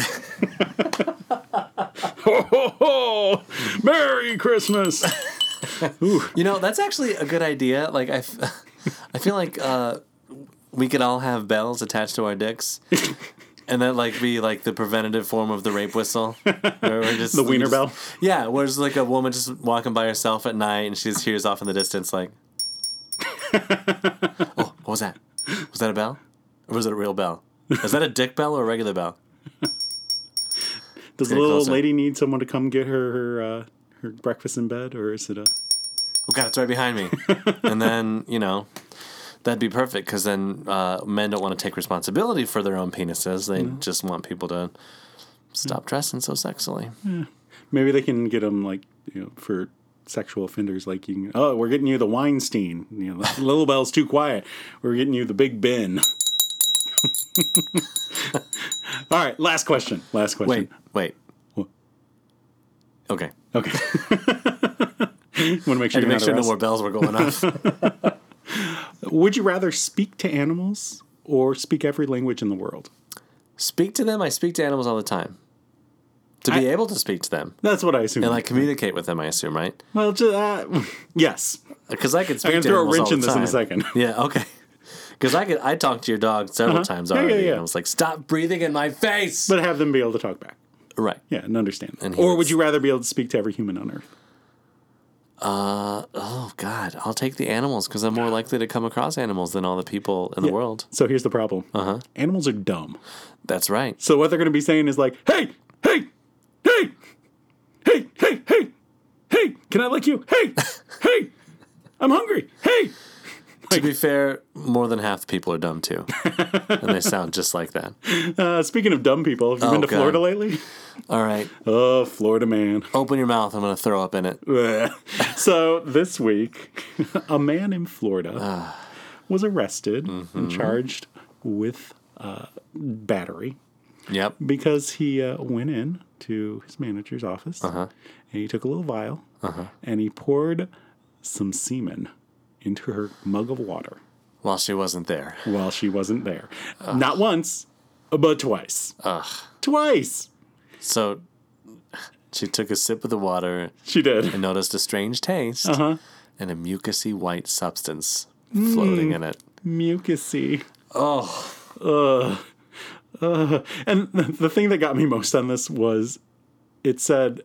Speaker 1: ho, ho! Merry Christmas!
Speaker 2: You know, that's actually a good idea. Like I, f- I feel like uh, we could all have bells attached to our dicks, and that like be like the preventative form of the rape whistle. Where we're just,
Speaker 1: The wiener
Speaker 2: just-
Speaker 1: bell.
Speaker 2: Yeah, where it's like a woman just walking by herself at night, and she just hears off in the distance like, "Oh, what was that? Was that a bell? Or was it a real bell? Is that a dick bell or a regular bell?
Speaker 1: Does the
Speaker 2: Pretty
Speaker 1: little old
Speaker 2: close, huh?
Speaker 1: lady need someone to come get her her, uh, her breakfast in bed, or is it a?
Speaker 2: Oh God, it's right behind me. and then you know, that'd be perfect because then uh, men don't want to take responsibility for their own penises. They
Speaker 1: Mm-hmm.
Speaker 2: just want people to
Speaker 1: Mm.
Speaker 2: stop dressing so sexily.
Speaker 1: Maybe they can get them like you know for sexual offenders. Like you, can, oh, we're getting you the Weinstein. You know, Little Bell's too quiet. We're getting you the Big Ben. All right, last question. Last question.
Speaker 2: Wait, wait. Okay,
Speaker 1: Okay. Want to make sure
Speaker 2: to
Speaker 1: you're
Speaker 2: make
Speaker 1: not
Speaker 2: sure no
Speaker 1: arrested.
Speaker 2: more bells were going off.
Speaker 1: Would you rather speak to animals or speak every language in the world?
Speaker 2: speak to them. I speak to animals all the time. To be able to speak to them
Speaker 1: That's what I assume.
Speaker 2: and like communicate with them, I assume, right?
Speaker 1: well, ju- uh, yes.
Speaker 2: Because I could speak
Speaker 1: I'm gonna
Speaker 2: to
Speaker 1: throw a
Speaker 2: animals
Speaker 1: wrench
Speaker 2: all
Speaker 1: in
Speaker 2: the
Speaker 1: this in a
Speaker 2: time.
Speaker 1: second.
Speaker 2: Yeah, okay. Because I could, I talked to your dog several times
Speaker 1: Uh-huh. Yeah, yeah,
Speaker 2: already,
Speaker 1: yeah.
Speaker 2: and I was like, "Stop breathing in my face!"
Speaker 1: But have them be able to talk back.
Speaker 2: right.
Speaker 1: Yeah, and understand.
Speaker 2: And he
Speaker 1: or
Speaker 2: would
Speaker 1: would you rather be able to speak to every human on Earth?
Speaker 2: Oh God, I'll take the animals because I'm more likely to come across animals than all the people in the world.
Speaker 1: So here's the problem. Uh-huh. Animals are dumb.
Speaker 2: That's right.
Speaker 1: So what they're going to be saying is like, "Hey, hey, hey, hey, hey, hey, hey, can I lick you? Hey, hey, I'm hungry. Hey."
Speaker 2: to be fair, more than half the people are dumb too, and they sound just like that.
Speaker 1: Uh, speaking of dumb people, have you
Speaker 2: Oh,
Speaker 1: been to
Speaker 2: God.
Speaker 1: Florida lately?
Speaker 2: All right,
Speaker 1: Oh, Florida man.
Speaker 2: open your mouth. I'm gonna throw up in it.
Speaker 1: so this week, a man in Florida
Speaker 2: Ah.
Speaker 1: was arrested
Speaker 2: Mm-hmm.
Speaker 1: and charged with uh, battery
Speaker 2: Yep.
Speaker 1: because he uh, went in to his manager's office and he took a little vial and he poured some semen into her mug of water
Speaker 2: While she wasn't there,
Speaker 1: while she wasn't there. Not once, but twice. Twice
Speaker 2: so she took a sip of the water
Speaker 1: she did.
Speaker 2: and noticed a strange taste and a mucusy white substance floating in it.
Speaker 1: mucusy. Oh. Ugh. Ugh. Uh, And the- the thing that got me most on this was it said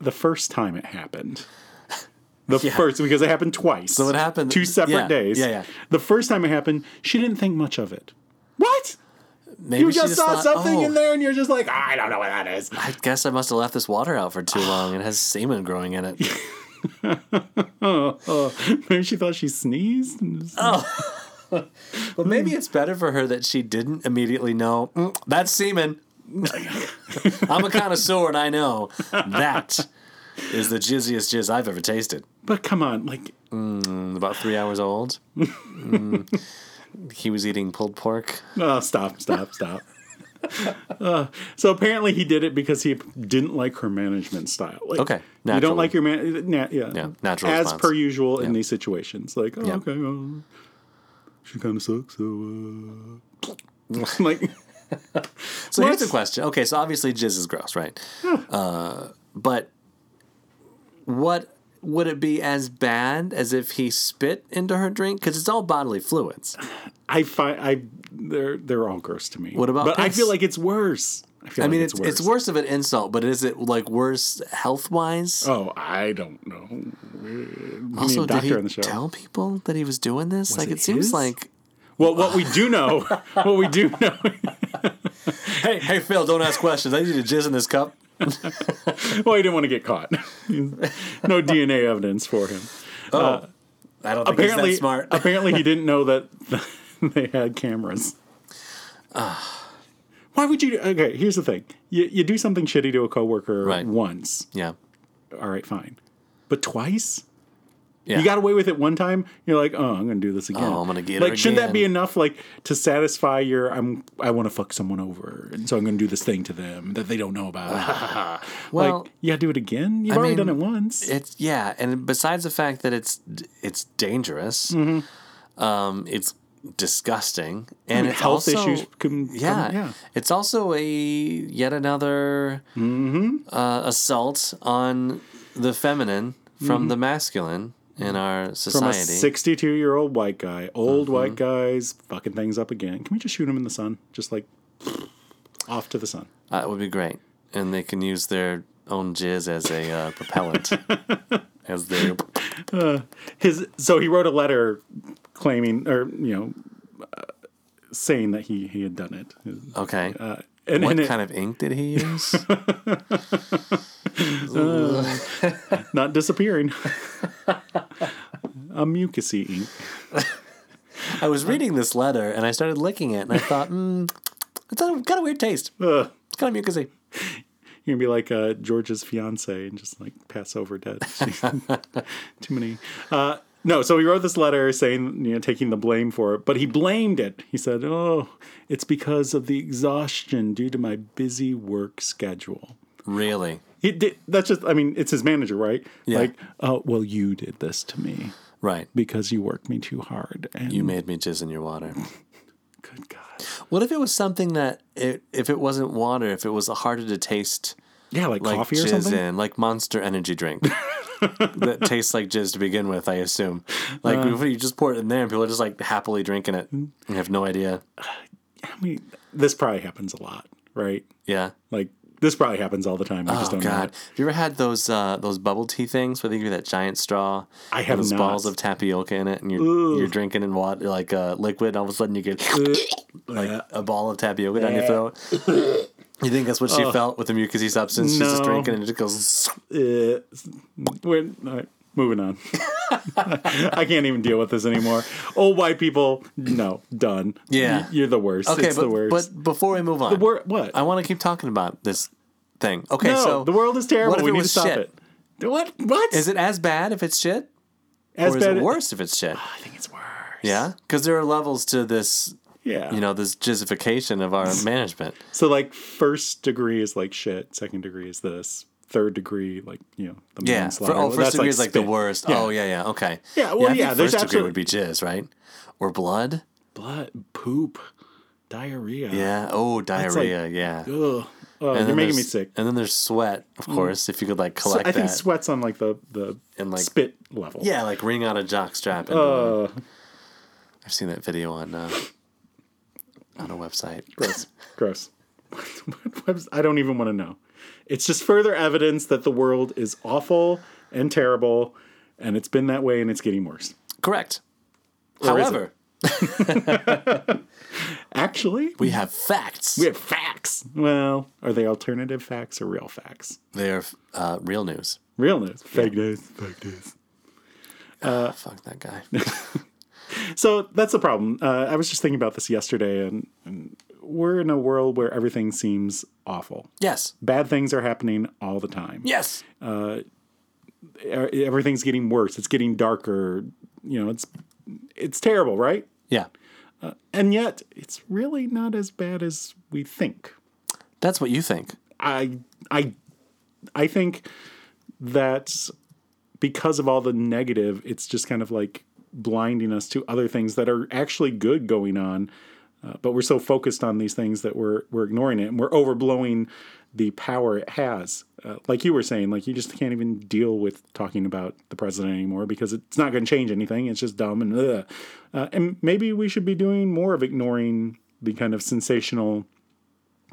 Speaker 1: the first time it happened. The first, because it happened twice. So
Speaker 2: it happened-
Speaker 1: two separate
Speaker 2: yeah,
Speaker 1: days.
Speaker 2: yeah, yeah.
Speaker 1: The first time it happened, she didn't think much of it. What?
Speaker 2: Maybe
Speaker 1: You
Speaker 2: she
Speaker 1: just saw
Speaker 2: thought,
Speaker 1: something
Speaker 2: "Oh,
Speaker 1: in there and you're just like, I don't know what that is.
Speaker 2: I guess I must have left this water out for too long. It has semen growing in it.
Speaker 1: Oh, Maybe she thought she sneezed.
Speaker 2: Oh. Well, maybe it's better for her that she didn't immediately know "Mm, that's semen. I'm a connoisseur and I know that is the jizziest jizz I've ever tasted.
Speaker 1: But come on, like,
Speaker 2: About three hours old. Mm. He was eating pulled pork.
Speaker 1: Oh, stop, stop, stop. Uh, so apparently he did it because he didn't like her management style. Like,
Speaker 2: Okay,
Speaker 1: You don't
Speaker 2: naturally.
Speaker 1: like your man. Na- yeah.
Speaker 2: Yeah, natural
Speaker 1: As
Speaker 2: response.
Speaker 1: per usual in these situations. Like, oh,
Speaker 2: Yeah.
Speaker 1: okay, well, she kind of sucks. So, uh. like,
Speaker 2: So here's
Speaker 1: What?
Speaker 2: the question. Okay, so obviously jizz is gross, right? Uh, but what would it be as bad as if he spit into her drink? Because it's all bodily fluids.
Speaker 1: I find I they're they're all gross to me.
Speaker 2: What about
Speaker 1: But I
Speaker 2: piss?
Speaker 1: feel like it's worse. I, feel
Speaker 2: I
Speaker 1: like
Speaker 2: mean, it's, it's worse of an insult, but is it like worse health wise?
Speaker 1: Oh, I don't know. We need
Speaker 2: also,
Speaker 1: a
Speaker 2: did
Speaker 1: doctor
Speaker 2: he
Speaker 1: on the show.
Speaker 2: tell people that he was doing this? like,
Speaker 1: it
Speaker 2: it, seems
Speaker 1: his?
Speaker 2: like
Speaker 1: Well, what we do know, what we do know
Speaker 2: hey, hey, Phil, don't ask questions. I need you to jizz in this cup.
Speaker 1: Well, he didn't want to get caught. no DNA evidence for him.
Speaker 2: I don't think
Speaker 1: Apparently,
Speaker 2: he's that smart.
Speaker 1: apparently, he didn't know that they had cameras.
Speaker 2: Ah.
Speaker 1: Why would you? do- Okay, here's the thing: you, you do something shitty to a coworker
Speaker 2: Right.
Speaker 1: once.
Speaker 2: yeah,
Speaker 1: All right, fine, but twice.
Speaker 2: yeah.
Speaker 1: You got away with it one time. You're like, oh, I'm gonna do this again.
Speaker 2: Oh, I'm gonna get her
Speaker 1: like. Should that be
Speaker 2: again.
Speaker 1: enough, like, to satisfy your? I'm. I want to fuck someone over, and so I'm gonna do this thing to them that they don't know about.
Speaker 2: Well-
Speaker 1: like, yeah, do it again. You've already done
Speaker 2: mean,
Speaker 1: it once.
Speaker 2: It's yeah, and besides the fact that it's it's dangerous, um, it's disgusting, and it's
Speaker 1: Mm-hmm. health
Speaker 2: also,
Speaker 1: issues can come-
Speaker 2: yeah,
Speaker 1: yeah.
Speaker 2: it's also a yet another
Speaker 1: Mm-hmm.
Speaker 2: uh, assault on the feminine from the masculine in our
Speaker 1: Mm-hmm. from a
Speaker 2: society.
Speaker 1: 62 year old white guy. Old white guys fucking things up again. Can we just shoot him in the sun? Just like off to the sun.
Speaker 2: Uh, it would be great, and they can use their own jizz as a uh, propellant. As they,
Speaker 1: His so he wrote a letter claiming or you know uh, saying that he he had done it.
Speaker 2: Okay.
Speaker 1: Uh, and
Speaker 2: what
Speaker 1: and it-
Speaker 2: kind of ink did he use?
Speaker 1: not disappearing. a mucusy ink.
Speaker 2: I was reading this letter and I started licking it and I thought, hmm, it's got a, got a weird taste.
Speaker 1: Ugh.
Speaker 2: It's kind of mucusy.
Speaker 1: You're gonna be like uh, George's fiance and just like pass over dead. Too many. Uh, no, so he wrote this letter saying, you know, taking the blame for it, but he blamed it. He said, "Oh, it's because of the exhaustion due to my busy work schedule."
Speaker 2: Really?
Speaker 1: He did. That's just. I mean, it's his manager, right?
Speaker 2: Yeah.
Speaker 1: Like, oh, well, you did this to me
Speaker 2: Right.
Speaker 1: because you worked me too hard. And
Speaker 2: You made me jizz in your water.
Speaker 1: good God.
Speaker 2: What if it was something that, it, if it wasn't water, if it was harder to taste,
Speaker 1: Yeah, like,
Speaker 2: like
Speaker 1: coffee or
Speaker 2: jizz
Speaker 1: something.
Speaker 2: in, like Monster Energy drink that tastes like jizz to begin with, I assume. Like
Speaker 1: Uh.
Speaker 2: you just pour it in there, and people are just like happily drinking it and have no idea.
Speaker 1: I mean, this probably happens a lot, right?
Speaker 2: Yeah.
Speaker 1: Like this probably happens all the time. We just
Speaker 2: Oh
Speaker 1: don't know.
Speaker 2: God!
Speaker 1: it.
Speaker 2: Have you ever had those uh, those bubble tea things where they give you that giant straw?
Speaker 1: I
Speaker 2: with
Speaker 1: have
Speaker 2: those
Speaker 1: not.
Speaker 2: balls of tapioca in it, and you're you're drinking in water like uh, liquid. And all of a sudden, you get like
Speaker 1: uh,
Speaker 2: a ball of tapioca down your throat. you think that's what she felt with the mucousy substance? She's just
Speaker 1: Oh. No.
Speaker 2: drinking, and it just goes.
Speaker 1: Uh, we're, all right, moving on. I can't even deal with this anymore. Old white people, no, done.
Speaker 2: Yeah.
Speaker 1: Y- you're the worst.
Speaker 2: Okay,
Speaker 1: it's
Speaker 2: but
Speaker 1: the worst.
Speaker 2: but before we move on,
Speaker 1: Wor- what?
Speaker 2: I want to keep talking about this thing. Okay,
Speaker 1: no,
Speaker 2: so
Speaker 1: the world is terrible.
Speaker 2: what if
Speaker 1: we
Speaker 2: it
Speaker 1: need to
Speaker 2: was
Speaker 1: stop
Speaker 2: shit?
Speaker 1: it. What? What?
Speaker 2: is it as bad if it's shit,
Speaker 1: As
Speaker 2: or is
Speaker 1: bad-
Speaker 2: it worse if it's shit?
Speaker 1: I think it's worse.
Speaker 2: Yeah, because there are levels to this.
Speaker 1: Yeah.
Speaker 2: You know this jizzification of our management.
Speaker 1: So like first degree is like shit. Second degree is this. Third degree, like you know, the
Speaker 2: Yeah. For,
Speaker 1: manslaughter.
Speaker 2: oh, first
Speaker 1: That's
Speaker 2: degree is like the
Speaker 1: spit.
Speaker 2: worst. Oh, yeah, yeah. Okay.
Speaker 1: Yeah, well,
Speaker 2: I think
Speaker 1: yeah, there's
Speaker 2: first degree
Speaker 1: absolute-
Speaker 2: would be jizz, right? Or blood.
Speaker 1: blood, poop, diarrhea.
Speaker 2: Yeah. Oh, diarrhea. yeah.
Speaker 1: Ugh. Oh,
Speaker 2: And
Speaker 1: you're
Speaker 2: then
Speaker 1: making me
Speaker 2: there's-
Speaker 1: sick. Mm.
Speaker 2: And then there's sweat, of course. If you could like
Speaker 1: So
Speaker 2: collect
Speaker 1: I think
Speaker 2: that.
Speaker 1: sweat's on like the the
Speaker 2: And, like-
Speaker 1: spit level.
Speaker 2: yeah, like wring out a jock strap. And,
Speaker 1: Uh,
Speaker 2: I've seen that video on uh, on a website.
Speaker 1: gross. gross. What webs- I don't even want to know. It's just further evidence that the world is awful and terrible, and it's been that way, and it's getting worse.
Speaker 2: Correct.
Speaker 1: is it?
Speaker 2: However,
Speaker 1: Actually,
Speaker 2: we have facts.
Speaker 1: we have facts. Well, are they alternative facts or real facts?
Speaker 2: they are uh, real news.
Speaker 1: Real news, fake news, fake news.
Speaker 2: Ah, fuck that guy.
Speaker 1: So that's the problem. Uh, I was just thinking about this yesterday, and, and we're in a world where everything seems awful.
Speaker 2: yes.
Speaker 1: Bad things are happening all the time.
Speaker 2: Yes.
Speaker 1: E- Everything's getting worse. It's getting darker. You know, it's it's terrible, right?
Speaker 2: Yeah.
Speaker 1: And yet, it's really not as bad as we think.
Speaker 2: That's what you think.
Speaker 1: I I I think that because of all the negative, it's just kind of like blinding us to other things that are actually good going on. Uh, but we're so focused on these things that we're we're ignoring it and we're overblowing the power it has. Uh, like you were saying, like you just can't even deal with talking about the president anymore because it's not going to change anything. It's just dumb and ugh. Uh, and maybe we should be doing more of ignoring the kind of sensational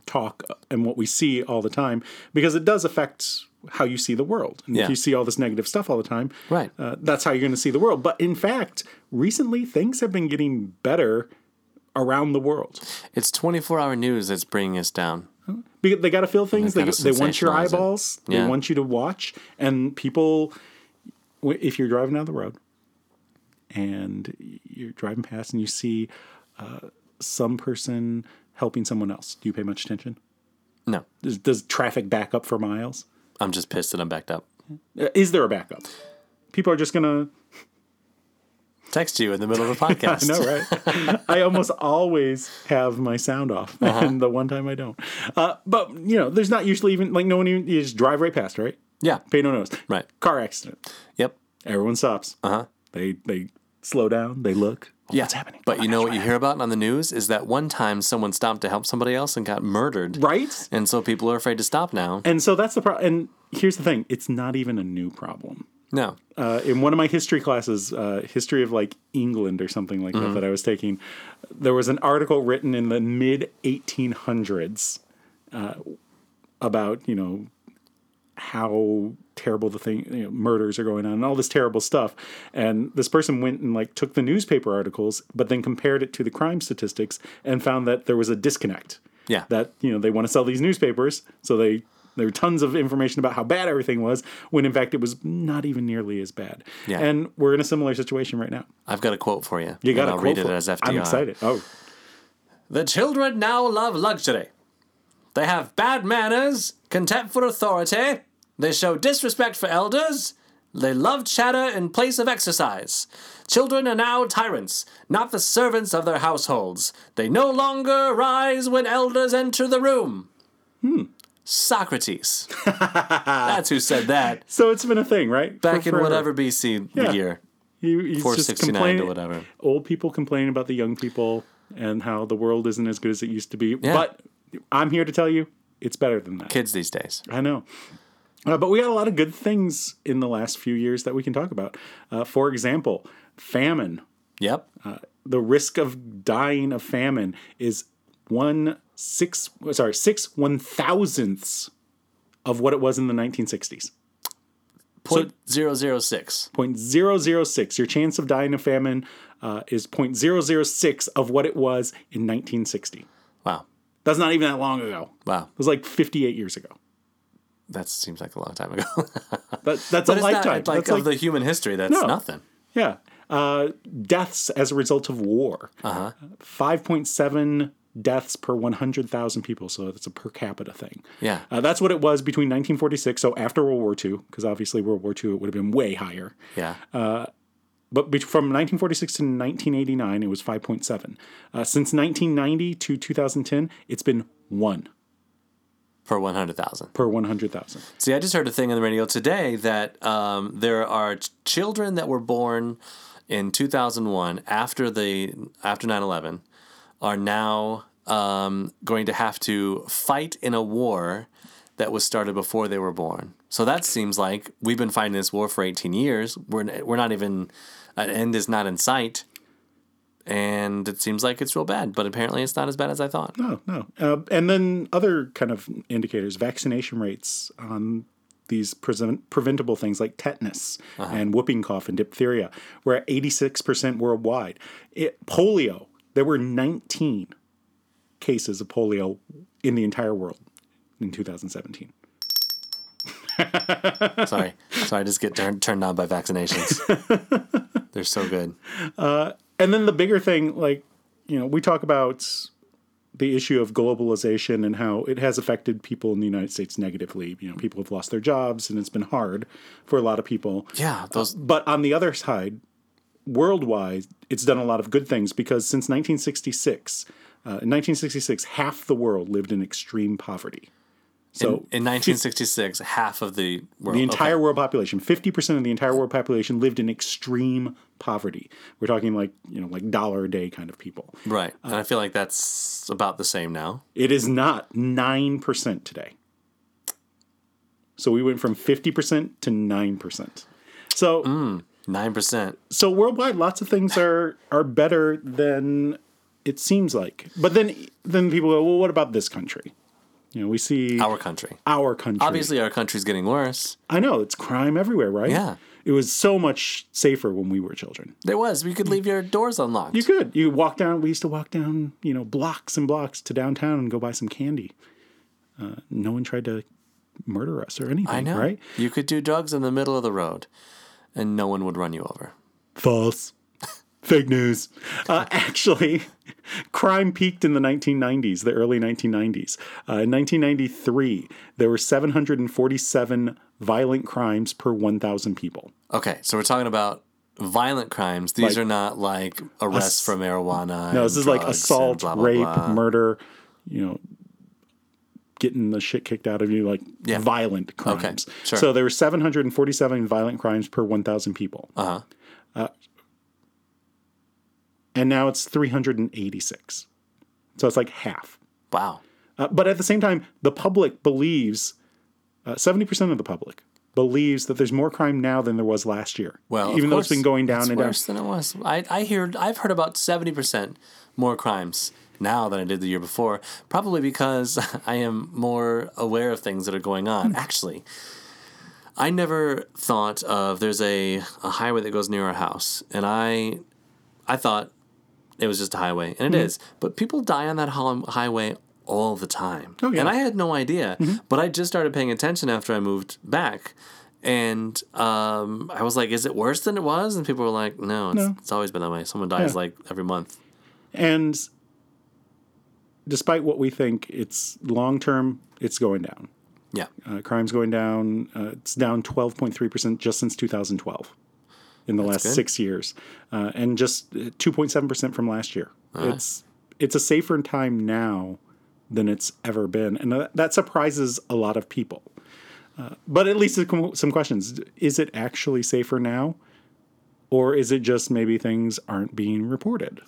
Speaker 1: talk and what we see all the time because it does affect how you see the world. And
Speaker 2: Yeah.
Speaker 1: if you see all this negative stuff all the time,
Speaker 2: Right.
Speaker 1: uh, that's how you're going to see the world. But in fact, recently things have been getting better around the world
Speaker 2: It's 24 hour news that's bringing us down.
Speaker 1: because they got to fill things. They,
Speaker 2: They
Speaker 1: they
Speaker 2: gotta
Speaker 1: want your
Speaker 2: sensationalize it.
Speaker 1: eyeballs. They
Speaker 2: Yeah.
Speaker 1: want you to watch. And people, w- if you're driving down the road and you're driving past and you see uh, some person helping someone else, do you pay much attention?
Speaker 2: No,
Speaker 1: Does, does traffic back up for miles?
Speaker 2: I'm just pissed that I'm backed up.
Speaker 1: Uh, Is there a backup? People are just gonna.
Speaker 2: Text you in the middle of a podcast.
Speaker 1: I know, right? I almost always have my sound off,
Speaker 2: Uh-huh.
Speaker 1: and the one time I don't. Uh, but you know, there's not usually even like no one even you just drive right past, right?
Speaker 2: Yeah.
Speaker 1: Pay no notice.
Speaker 2: Right.
Speaker 1: Car accident.
Speaker 2: Yep.
Speaker 1: Everyone stops. Uh huh. They they slow down. They look. Oh,
Speaker 2: Yeah.
Speaker 1: What's happening?
Speaker 2: But you know what you hear about on the news is that one time someone stopped to help somebody else and got murdered.
Speaker 1: right?
Speaker 2: And so people are afraid to stop now.
Speaker 1: And so that's the problem. And here's the thing: it's not even a new problem.
Speaker 2: No.
Speaker 1: uh, in one of my history classes, uh, history of like England or something like that, that I was taking, there was an article written in the mid 1800s uh, about you know how terrible the thing you know, murders are going on and all this terrible stuff and this person went and like took the newspaper articles but then compared it to the crime statistics and found that there was a disconnect
Speaker 2: Yeah.
Speaker 1: that you know they want to sell these newspapers so they there were tons of information about how bad everything was when in fact it was not even nearly as bad
Speaker 2: Yeah.
Speaker 1: and we're in a similar situation right now
Speaker 2: I've got a quote for you.
Speaker 1: you got to
Speaker 2: and I'll read it as FDR.
Speaker 1: i'm excited oh
Speaker 2: The children now love luxury. They have bad manners, contempt for authority, they show disrespect for elders, they love chatter in place of exercise. Children are now tyrants, not the servants of their households. They no longer rise when elders enter the room. Hmm. Socrates. That's who said that
Speaker 1: so it's been a thing right
Speaker 2: back
Speaker 1: For
Speaker 2: in
Speaker 1: forever.
Speaker 2: whatever BC
Speaker 1: Yeah.
Speaker 2: the year.
Speaker 1: He, he's just
Speaker 2: 469 to
Speaker 1: complaining.
Speaker 2: whatever.
Speaker 1: Old people complaining about the young people and how the world isn't as good as it used to be. But I'm here to tell you, it's better than that.
Speaker 2: Kids these days.
Speaker 1: I know. Uh, but we got a lot of good things in the last few years that we can talk about. Uh, for example, famine.
Speaker 2: Yep.
Speaker 1: Uh, The risk of dying of famine is one six sorry six one thousandths of what it was in the 1960s.
Speaker 2: Point zero zero six.
Speaker 1: 0.006. Your chance of dying of famine uh, is 0.006 of what it was in 1960.
Speaker 2: Wow.
Speaker 1: That's not even that long ago. It
Speaker 2: Wow.
Speaker 1: was like 58 years ago.
Speaker 2: That seems like a long time ago.
Speaker 1: That, that's a
Speaker 2: But it's
Speaker 1: lifetime.
Speaker 2: Not, like,
Speaker 1: That's
Speaker 2: of
Speaker 1: like-
Speaker 2: the human history, that's
Speaker 1: No.
Speaker 2: nothing.
Speaker 1: yeah. Uh, deaths as a result of war. Uh-huh. 5.7 deaths per 100,000 people. So that's a per capita thing.
Speaker 2: Yeah.
Speaker 1: Uh, that's what it was between 1946, so after World War II, because obviously World War II, it would have been way higher.
Speaker 2: yeah.
Speaker 1: but bet- from 1946 to 1989 it was 5.7 uh, since 1990 to 2010 it's been 1
Speaker 2: per 100,000.
Speaker 1: per 100000
Speaker 2: See, I just heard a thing on the radio today that um, there are ch- children that were born in 2001 after the after 9/11 are now um, going to have to fight in a war that was started before they were born. So that seems like we've been fighting this war for 18 years. We're n- we're not even an end is not in sight. And it seems like it's real bad, but apparently it's not as bad as I thought.
Speaker 1: oh no uh, and then other kind of indicators vaccination rates on these present, preventable things like tetanus and whooping cough and diphtheria were at 86% worldwide it, polio there were 19 cases of polio in the entire world in 2017
Speaker 2: Sorry. Sorry, I just get turned turned on by vaccinations. They're so good.
Speaker 1: and then the bigger thing, like, you know, we talk about the issue of globalization and how it has affected people in the United States negatively. You know, people have lost their jobs and it's been hard for a lot of people.
Speaker 2: Yeah, those
Speaker 1: But on the other side, worldwide, it's done a lot of good things because since 1966, uh, in 1966, half the world lived in extreme poverty. So
Speaker 2: in 1966, half of the world.
Speaker 1: the entire world population, 50% of the entire world population lived in extreme poverty. We're talking like, you know, like dollar a day kind of people.
Speaker 2: okay. right, and I feel like that's about the same now.
Speaker 1: It is not 9% today. So we went from 50% to 9%. So
Speaker 2: Nine percent.
Speaker 1: so worldwide lots of things are are better than it seems like. But then then people go, "Well, what about this country?" You know, we see our,
Speaker 2: Our country.
Speaker 1: country.
Speaker 2: Obviously, our country's getting worse.
Speaker 1: I know, it's crime everywhere, right?
Speaker 2: Yeah.
Speaker 1: It was so much safer when we were children.
Speaker 2: There was. We could leave your doors unlocked.
Speaker 1: You could. You walk down. We used to walk down, you know, blocks and blocks to downtown and go buy some candy. Uh, no one tried to murder us or anything.
Speaker 2: I know.
Speaker 1: right?
Speaker 2: You could do drugs in the middle of the road, and no one would run you over.
Speaker 1: False. Fake news. Uh, actually, crime peaked in the 1990s, the early 1990s. Uh, in 1993, there were 747 violent crimes per 1,000 people.
Speaker 2: Okay, so we're talking about violent crimes. These are not like arrests for marijuana.
Speaker 1: No, this is like assault, rape, murder, you know, getting the shit kicked out of you, like violent crimes.
Speaker 2: sure.
Speaker 1: So there were 747 violent crimes per 1,000 people. Uh-huh. And now it's 386. So it's like half.
Speaker 2: Wow.
Speaker 1: Uh, but at the same time, the public believes, uh, 70% of the public believes that there's more crime now than there was last year.
Speaker 2: Well, of
Speaker 1: even though it's
Speaker 2: course,
Speaker 1: been going down
Speaker 2: it's
Speaker 1: and down.
Speaker 2: worse than it was. I, I hear I've heard about seventy percent more crimes now than I did the year
Speaker 1: Hmm.
Speaker 2: before, probably because I am more aware of things that are going on. Actually, I never thought of there's a, a highway that goes near our house, and I I thought it was just a highway, and it
Speaker 1: Mm-hmm.
Speaker 2: is. But people die on that hol- highway all the time,
Speaker 1: Oh, yeah. Mm-hmm.
Speaker 2: and I had no idea. But I just started paying attention after I moved back, and um, I was like, "Is it worse than it was?" And people were like, "No, it's,
Speaker 1: No.
Speaker 2: it's always been that way. Someone dies
Speaker 1: Yeah.
Speaker 2: like every month."
Speaker 1: And despite what we think, it's long term, it's going down.
Speaker 2: Yeah,
Speaker 1: Uh, crime's going down. Uh, it's down 12.3% just since 2012 in the last
Speaker 2: good.
Speaker 1: six years, uh, and just uh, 2.7% from last year. It's it's a safer time now than it's ever been, and that, that surprises a lot of people. Uh, but at least it com- some questions: Is it actually safer now, or is it just maybe things aren't being reported?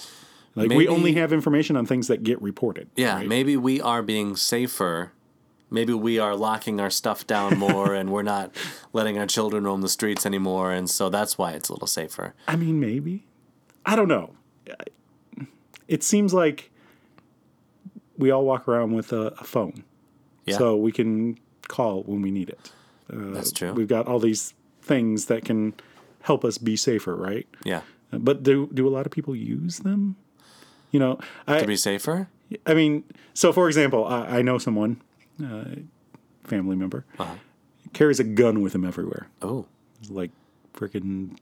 Speaker 1: Like we
Speaker 2: Maybe-
Speaker 1: only have information on things that get reported.
Speaker 2: yeah.
Speaker 1: right?
Speaker 2: Maybe we are being safer. Maybe we are locking our stuff down more, and we're not letting our children roam the streets anymore, and so that's why it's a little safer.
Speaker 1: I mean, maybe. I don't know. It seems like we all walk around with a, a phone,
Speaker 2: Yeah.
Speaker 1: so we can call when we need it. Uh,
Speaker 2: That's true.
Speaker 1: We've got all these things that can help us be safer, right?
Speaker 2: yeah.
Speaker 1: But do do a lot of people use them? You know,
Speaker 2: To
Speaker 1: I
Speaker 2: be safer?
Speaker 1: I mean, so for example, I, I know someone, uh, family member,
Speaker 2: Uh-huh.
Speaker 1: carries a gun with him everywhere,
Speaker 2: Oh,
Speaker 1: like freaking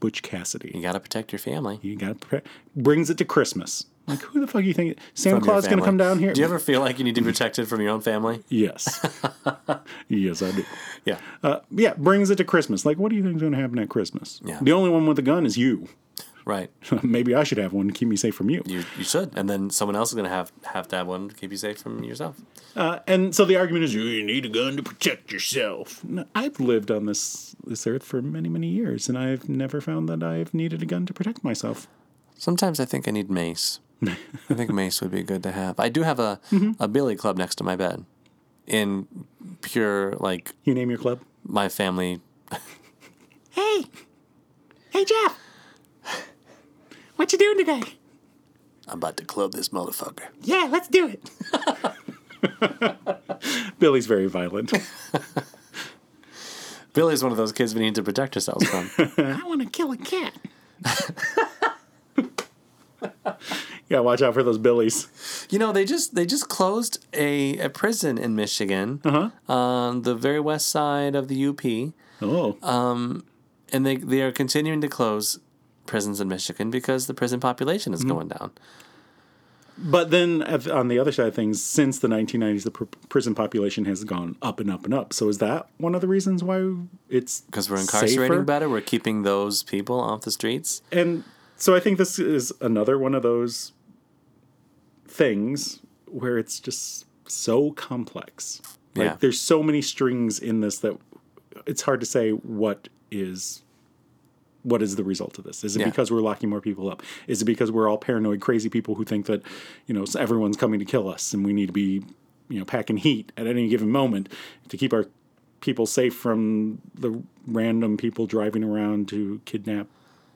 Speaker 1: Butch Cassidy.
Speaker 2: you got to protect your family.
Speaker 1: You got to pre- brings it to Christmas. Like who the fuck you think Santa
Speaker 2: From your
Speaker 1: Claus going to
Speaker 2: family.
Speaker 1: come down here?
Speaker 2: Do you ever feel like you need to be protected from your own family?
Speaker 1: yes, yes, I do.
Speaker 2: Yeah.
Speaker 1: Uh, yeah, brings it to Christmas. Like, what do you think's going to happen at Christmas?
Speaker 2: Yeah.
Speaker 1: The only one with a gun is you.
Speaker 2: Right.
Speaker 1: Maybe I should have one to keep me safe from you.
Speaker 2: You, you should. And then someone else is going to have, have to have one to keep you safe from yourself.
Speaker 1: Uh, and so the argument is, you need a gun to protect yourself. No, I've lived on this this earth for many, many years, and I've never found that I've needed a gun to protect myself.
Speaker 2: Sometimes I think I need mace. I think mace would be good to have. I do have a,
Speaker 1: Mm-hmm.
Speaker 2: a billy club next to my bed in pure, like,
Speaker 1: You name your club.
Speaker 2: my family.
Speaker 1: Hey, hey, Jeff. What you doing today?
Speaker 2: I'm about to club this motherfucker.
Speaker 1: Yeah, let's do it. Billy's very violent.
Speaker 2: Billy's one of those kids we need to protect ourselves from.
Speaker 1: I want to kill a cat. yeah, watch out for those Billies.
Speaker 2: You know, they just they just closed a, a prison in Michigan
Speaker 1: Uh-huh.
Speaker 2: on the very west side of the UP,
Speaker 1: Oh,
Speaker 2: and they they are continuing to close prisons in Michigan because the prison population is going down.
Speaker 1: but then at- on the other side of things, since the 1990s, the pr- prison population has gone up and up and up. So is that one of the reasons why it's
Speaker 2: Because we're incarcerating
Speaker 1: safer?
Speaker 2: better, we're keeping those people off the streets.
Speaker 1: and so I think this is another one of those things where it's just so complex. Like
Speaker 2: Yeah.
Speaker 1: there's so many strings in this that it's hard to say what is what is the result of this? Is it
Speaker 2: Yeah.
Speaker 1: because we're locking more people up? Is it because we're all paranoid, crazy people who think that, you know, everyone's coming to kill us and we need to be, you know, packing heat at any given moment to keep our people safe from the random people driving around to kidnap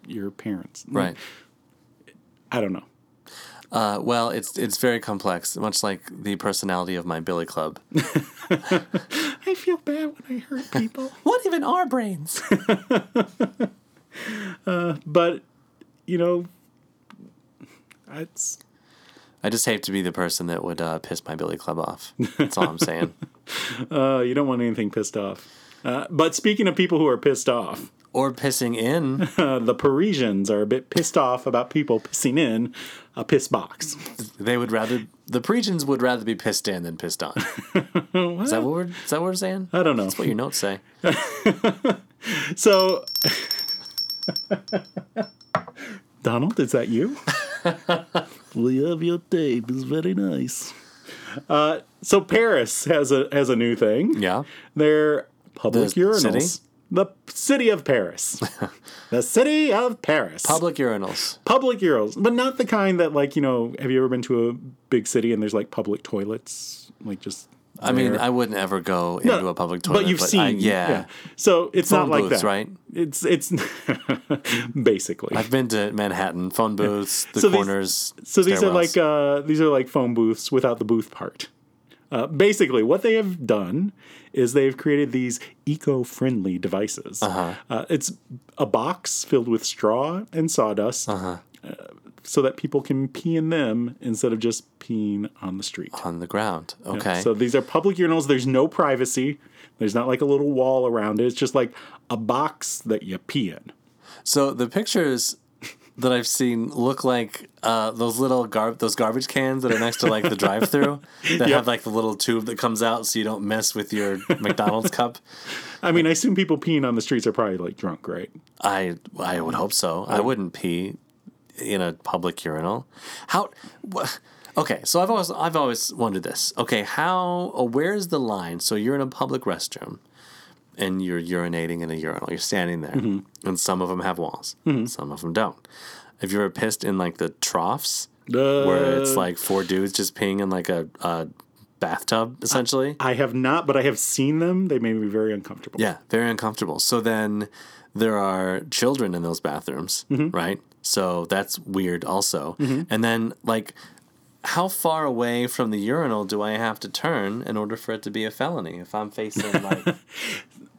Speaker 1: your parents.
Speaker 2: Right.
Speaker 1: I don't know.
Speaker 2: Uh, well, it's it's very complex, much like the personality of my Billy Club.
Speaker 1: I feel bad when I hurt people.
Speaker 2: what even are brains?
Speaker 1: but, you know, it's
Speaker 2: I just hate to be the person that would uh, piss my Billy Club off. That's all I'm saying.
Speaker 1: uh, you don't want anything pissed off. Uh, but speaking of people who are pissed off,
Speaker 2: or pissing in.
Speaker 1: uh, the Parisians are a bit pissed off about people pissing in a piss box.
Speaker 2: They would rather the Parisians would rather be pissed in than pissed on. is that what we're is that what we're saying?
Speaker 1: I don't know.
Speaker 2: That's what your notes say.
Speaker 1: So, Donald, is that you? we have your tape. It's very nice. Uh, so Paris has a has a new thing.
Speaker 2: Yeah.
Speaker 1: They're public
Speaker 2: The
Speaker 1: urinals.
Speaker 2: city?
Speaker 1: The city of Paris. the city of Paris.
Speaker 2: Public urinals.
Speaker 1: public urinals, but not the kind that like you know. Have you ever been to a big city and there's like public toilets, like just.
Speaker 2: I mean,
Speaker 1: there?
Speaker 2: I wouldn't ever go
Speaker 1: No,
Speaker 2: into Oh, a public toilet.
Speaker 1: But you've seen,
Speaker 2: I, yeah.
Speaker 1: So it's not
Speaker 2: Phone
Speaker 1: like
Speaker 2: booths,
Speaker 1: that,
Speaker 2: right?
Speaker 1: It's it's basically.
Speaker 2: I've been to Manhattan, phone booths, the
Speaker 1: So these-
Speaker 2: corners.
Speaker 1: so these are
Speaker 2: stairwells.
Speaker 1: like uh, these are like phone booths without the booth part. Uh, basically, what they have done is they've created these eco friendly devices.
Speaker 2: Uh-huh.
Speaker 1: Uh, it's a box filled with straw and sawdust
Speaker 2: Uh-huh.
Speaker 1: uh, so that people can pee in them instead of just peeing on the street.
Speaker 2: on the ground. Okay.
Speaker 1: So these are public urinals. There's no privacy. There's not like a little wall around it. It's just like a box that you pee in.
Speaker 2: So the pictures that I've seen look like uh, those little gar- those garbage cans that are next to like the drive-through that have like the little tube that comes out so you don't mess with your McDonald's cup.
Speaker 1: I mean, I assume people peeing on the streets are probably like drunk, right?
Speaker 2: I I would hope so. I wouldn't pee in a public urinal. How? wha- okay, so I've always I've always wondered this. Okay, how? oh, Where is the line? So you're in a public restroom, and you're urinating in a urinal. You're standing there,
Speaker 1: Mm-hmm.
Speaker 2: and some of them have walls, some of them don't. Have you ever pissed in like the troughs where it's
Speaker 1: Uh,
Speaker 2: like four dudes just peeing in like a, a bathtub essentially?
Speaker 1: I have not, but I have seen them. They made me very uncomfortable.
Speaker 2: Yeah, very uncomfortable. So then there are children in those bathrooms, right? So that's weird also. And then like how far away from the urinal do I have to turn in order for it to be a felony if I'm facing like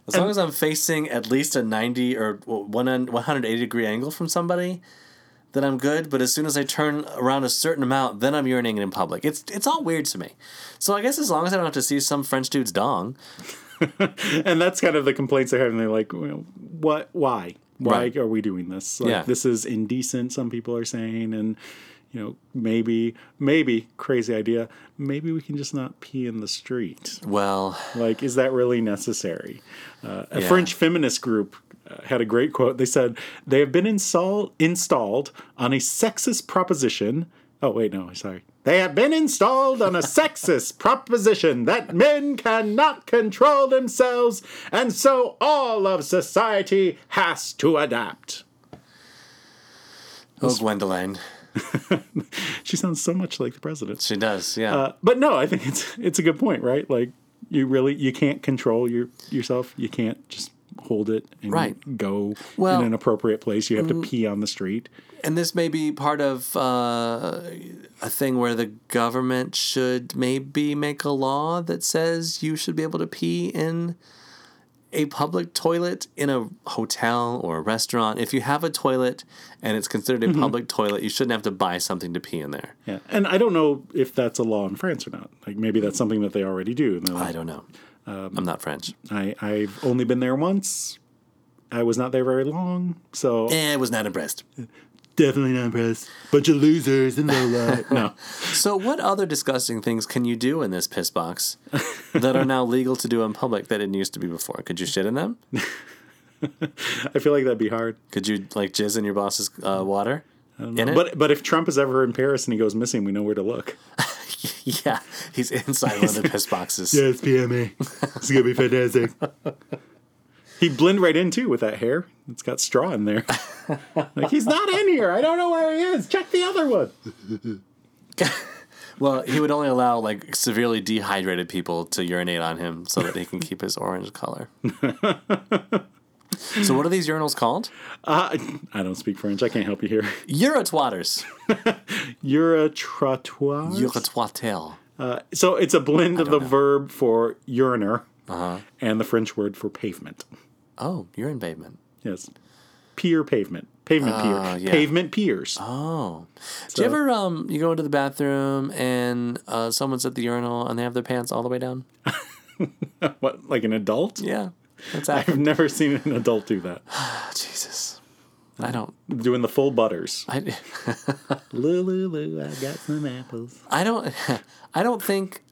Speaker 2: as long as I'm facing at least a 90 or 180 degree angle from somebody then I'm good, but as soon as I turn around a certain amount, then I'm urinating in public. It's it's all weird to me. So I guess as long as I don't have to see some French dude's dong,
Speaker 1: And that's kind of the complaints they're having. They're like, well, what? Why? Why
Speaker 2: Right.
Speaker 1: are we doing this? Like,
Speaker 2: Yeah.
Speaker 1: This is indecent, some people are saying. And, you know, maybe, maybe, crazy idea, maybe we can just not pee in the street.
Speaker 2: well,
Speaker 1: Like, is that really necessary? Uh, a French feminist group uh, had a great quote. They said, They have been install- installed on a sexist proposition. Oh, wait, no, sorry. They have been installed on a sexist proposition that men cannot control themselves, and so all of society has to adapt.
Speaker 2: Oh, Gwendolyn.
Speaker 1: She sounds so much like the president.
Speaker 2: She does, yeah.
Speaker 1: Uh, but no, I think it's it's a good point, right? Like you really you can't control your yourself. You can't just hold it and
Speaker 2: Right.
Speaker 1: go
Speaker 2: Well- mm.
Speaker 1: in an appropriate place. You have to pee on the street.
Speaker 2: and this may be part of uh, a thing where the government should maybe make a law that says you should be able to pee in a public toilet in a hotel or a restaurant. If you have a toilet and it's considered a public toilet, you shouldn't have to buy something to pee in there.
Speaker 1: Yeah. And I don't know if that's a law in France or not. Like maybe that's something that they already do. And they're
Speaker 2: I
Speaker 1: like,
Speaker 2: don't know. I'm not French.
Speaker 1: I, I've only been there once. I was not there very long, so
Speaker 2: Eh, I was not impressed.
Speaker 1: definitely not impressed. Bunch of losers in the light. no,
Speaker 2: So, what other disgusting things can you do in this piss box that are now legal to do in public that didn't used to be before? Could you shit in them?
Speaker 1: I feel like that'd be hard.
Speaker 2: Could you like jizz in your boss's uh, water? In it?
Speaker 1: But but if Trump is ever in Paris and he goes missing, we know where to look.
Speaker 2: yeah, he's inside one of the piss boxes.
Speaker 1: Yes, PMA. It's gonna be fantastic. He'd blend right in too with that hair. It's got straw in there. Like he's not in here. I don't know where he is. Check the other one.
Speaker 2: Well, he would only allow like severely dehydrated people to urinate on him so that he can keep his orange color. so, what are these urinals called?
Speaker 1: Uh, I don't speak French. I can't help you here.
Speaker 2: Urotwaters.
Speaker 1: You're a trottoir.
Speaker 2: Urotwatel.
Speaker 1: Uh, so it's a blend of the verb for uriner and the French word for pavement.
Speaker 2: Oh, urine pavement.
Speaker 1: Yes, pier pavement, pavement pier,
Speaker 2: yeah.
Speaker 1: pavement piers.
Speaker 2: Oh, do you ever um you go into the bathroom and uh, someone's at the urinal and they have their pants all the way down?
Speaker 1: What like an adult?
Speaker 2: Yeah, that's
Speaker 1: I've
Speaker 2: happened.
Speaker 1: never seen an adult do that.
Speaker 2: Oh, Jesus, I don't.
Speaker 1: Doing the full butters.
Speaker 2: I,
Speaker 1: Lulu, Lulu, I got some apples.
Speaker 2: I don't. I don't think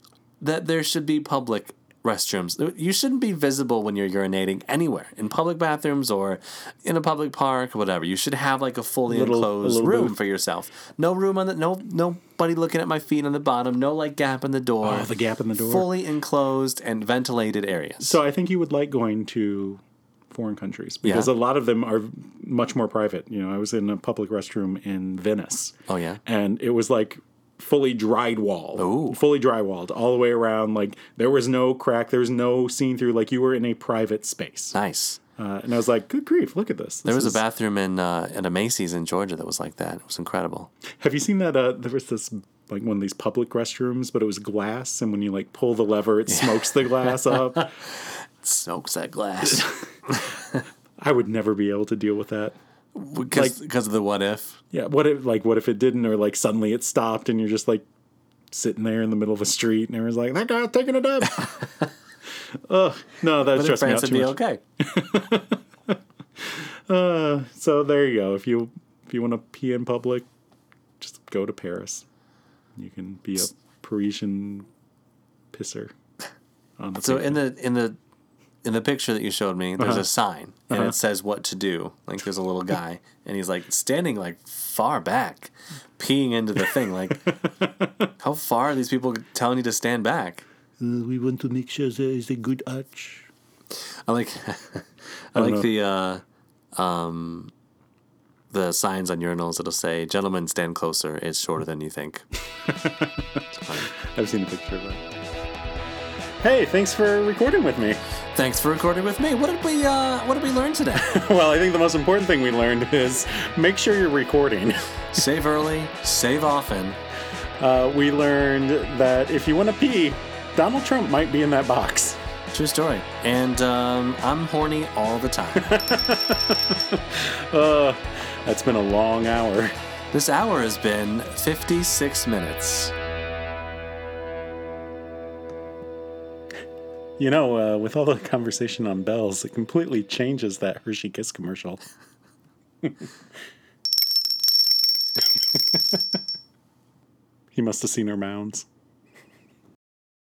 Speaker 2: that there should be public restrooms. You shouldn't be visible when you're urinating anywhere in public bathrooms or in a public park, or whatever. You should have like a fully
Speaker 1: Little- a
Speaker 2: enclosed
Speaker 1: little
Speaker 2: room
Speaker 1: booth.
Speaker 2: for yourself. No room on the no nobody looking at my feet on the bottom. No like gap in the door.
Speaker 1: Oh, the gap in the door.
Speaker 2: Fully enclosed and ventilated areas.
Speaker 1: So I think you would like going to foreign countries because
Speaker 2: Yeah.
Speaker 1: a lot of them are much more private. You know, I was in a public restroom in Venice.
Speaker 2: Oh, yeah?
Speaker 1: and it was like fully dried wall,
Speaker 2: Ooh.
Speaker 1: fully drywalled all the way around. Like there was no crack, there was no seen through. Like you were in a private space,
Speaker 2: Nice.
Speaker 1: uh, and I was like, good grief, look at this.
Speaker 2: There was a bathroom in uh, at a Macy's in Georgia that was like that. It was incredible.
Speaker 1: Have you seen that? Uh, there was this like one of these public restrooms, but it was glass, and when you like pull the lever, it smokes the glass up.
Speaker 2: Smokes that glass.
Speaker 1: I would never be able to deal with that.
Speaker 2: Because of the what if.
Speaker 1: Yeah, what if like what if it didn't, or like suddenly it stopped, and you're just like sitting there in the middle of a street, and everyone's like, "That guy's taking it up." Ugh, no, that
Speaker 2: But in
Speaker 1: stressed me out
Speaker 2: France, it'd
Speaker 1: too
Speaker 2: be
Speaker 1: much.
Speaker 2: okay.
Speaker 1: So there you go. If you if you want to pee in public, just go to Paris. You can be a Parisian pisser. On the
Speaker 2: So
Speaker 1: pavement.
Speaker 2: in the in the in the picture that you showed me, there's a sign and it says what to do. Like there's a little guy and he's like standing like far back, peeing into the thing. Like how far are these people telling you to stand back?
Speaker 3: Uh, we want to make sure there is a good arch.
Speaker 2: I like I like
Speaker 1: know.
Speaker 2: the uh um the signs on urinals that'll say, Gentlemen stand closer, it's shorter than you think.
Speaker 1: I've seen a picture of that. Hey, thanks for recording with me.
Speaker 2: Thanks for recording with me. What did we uh what did we learn today?
Speaker 1: Well, I think the most important thing we learned is make sure you're recording.
Speaker 2: save early, save often.
Speaker 1: Uh, we learned that if you want to pee, Donald Trump might be in that box.
Speaker 2: True story. And um, I'm horny all the time.
Speaker 1: Uh, that's been a long hour.
Speaker 2: This hour has been 56 minutes.
Speaker 1: You know, uh, with all the conversation on bells, it completely changes that Hershey Kiss commercial. he must have seen her mounds.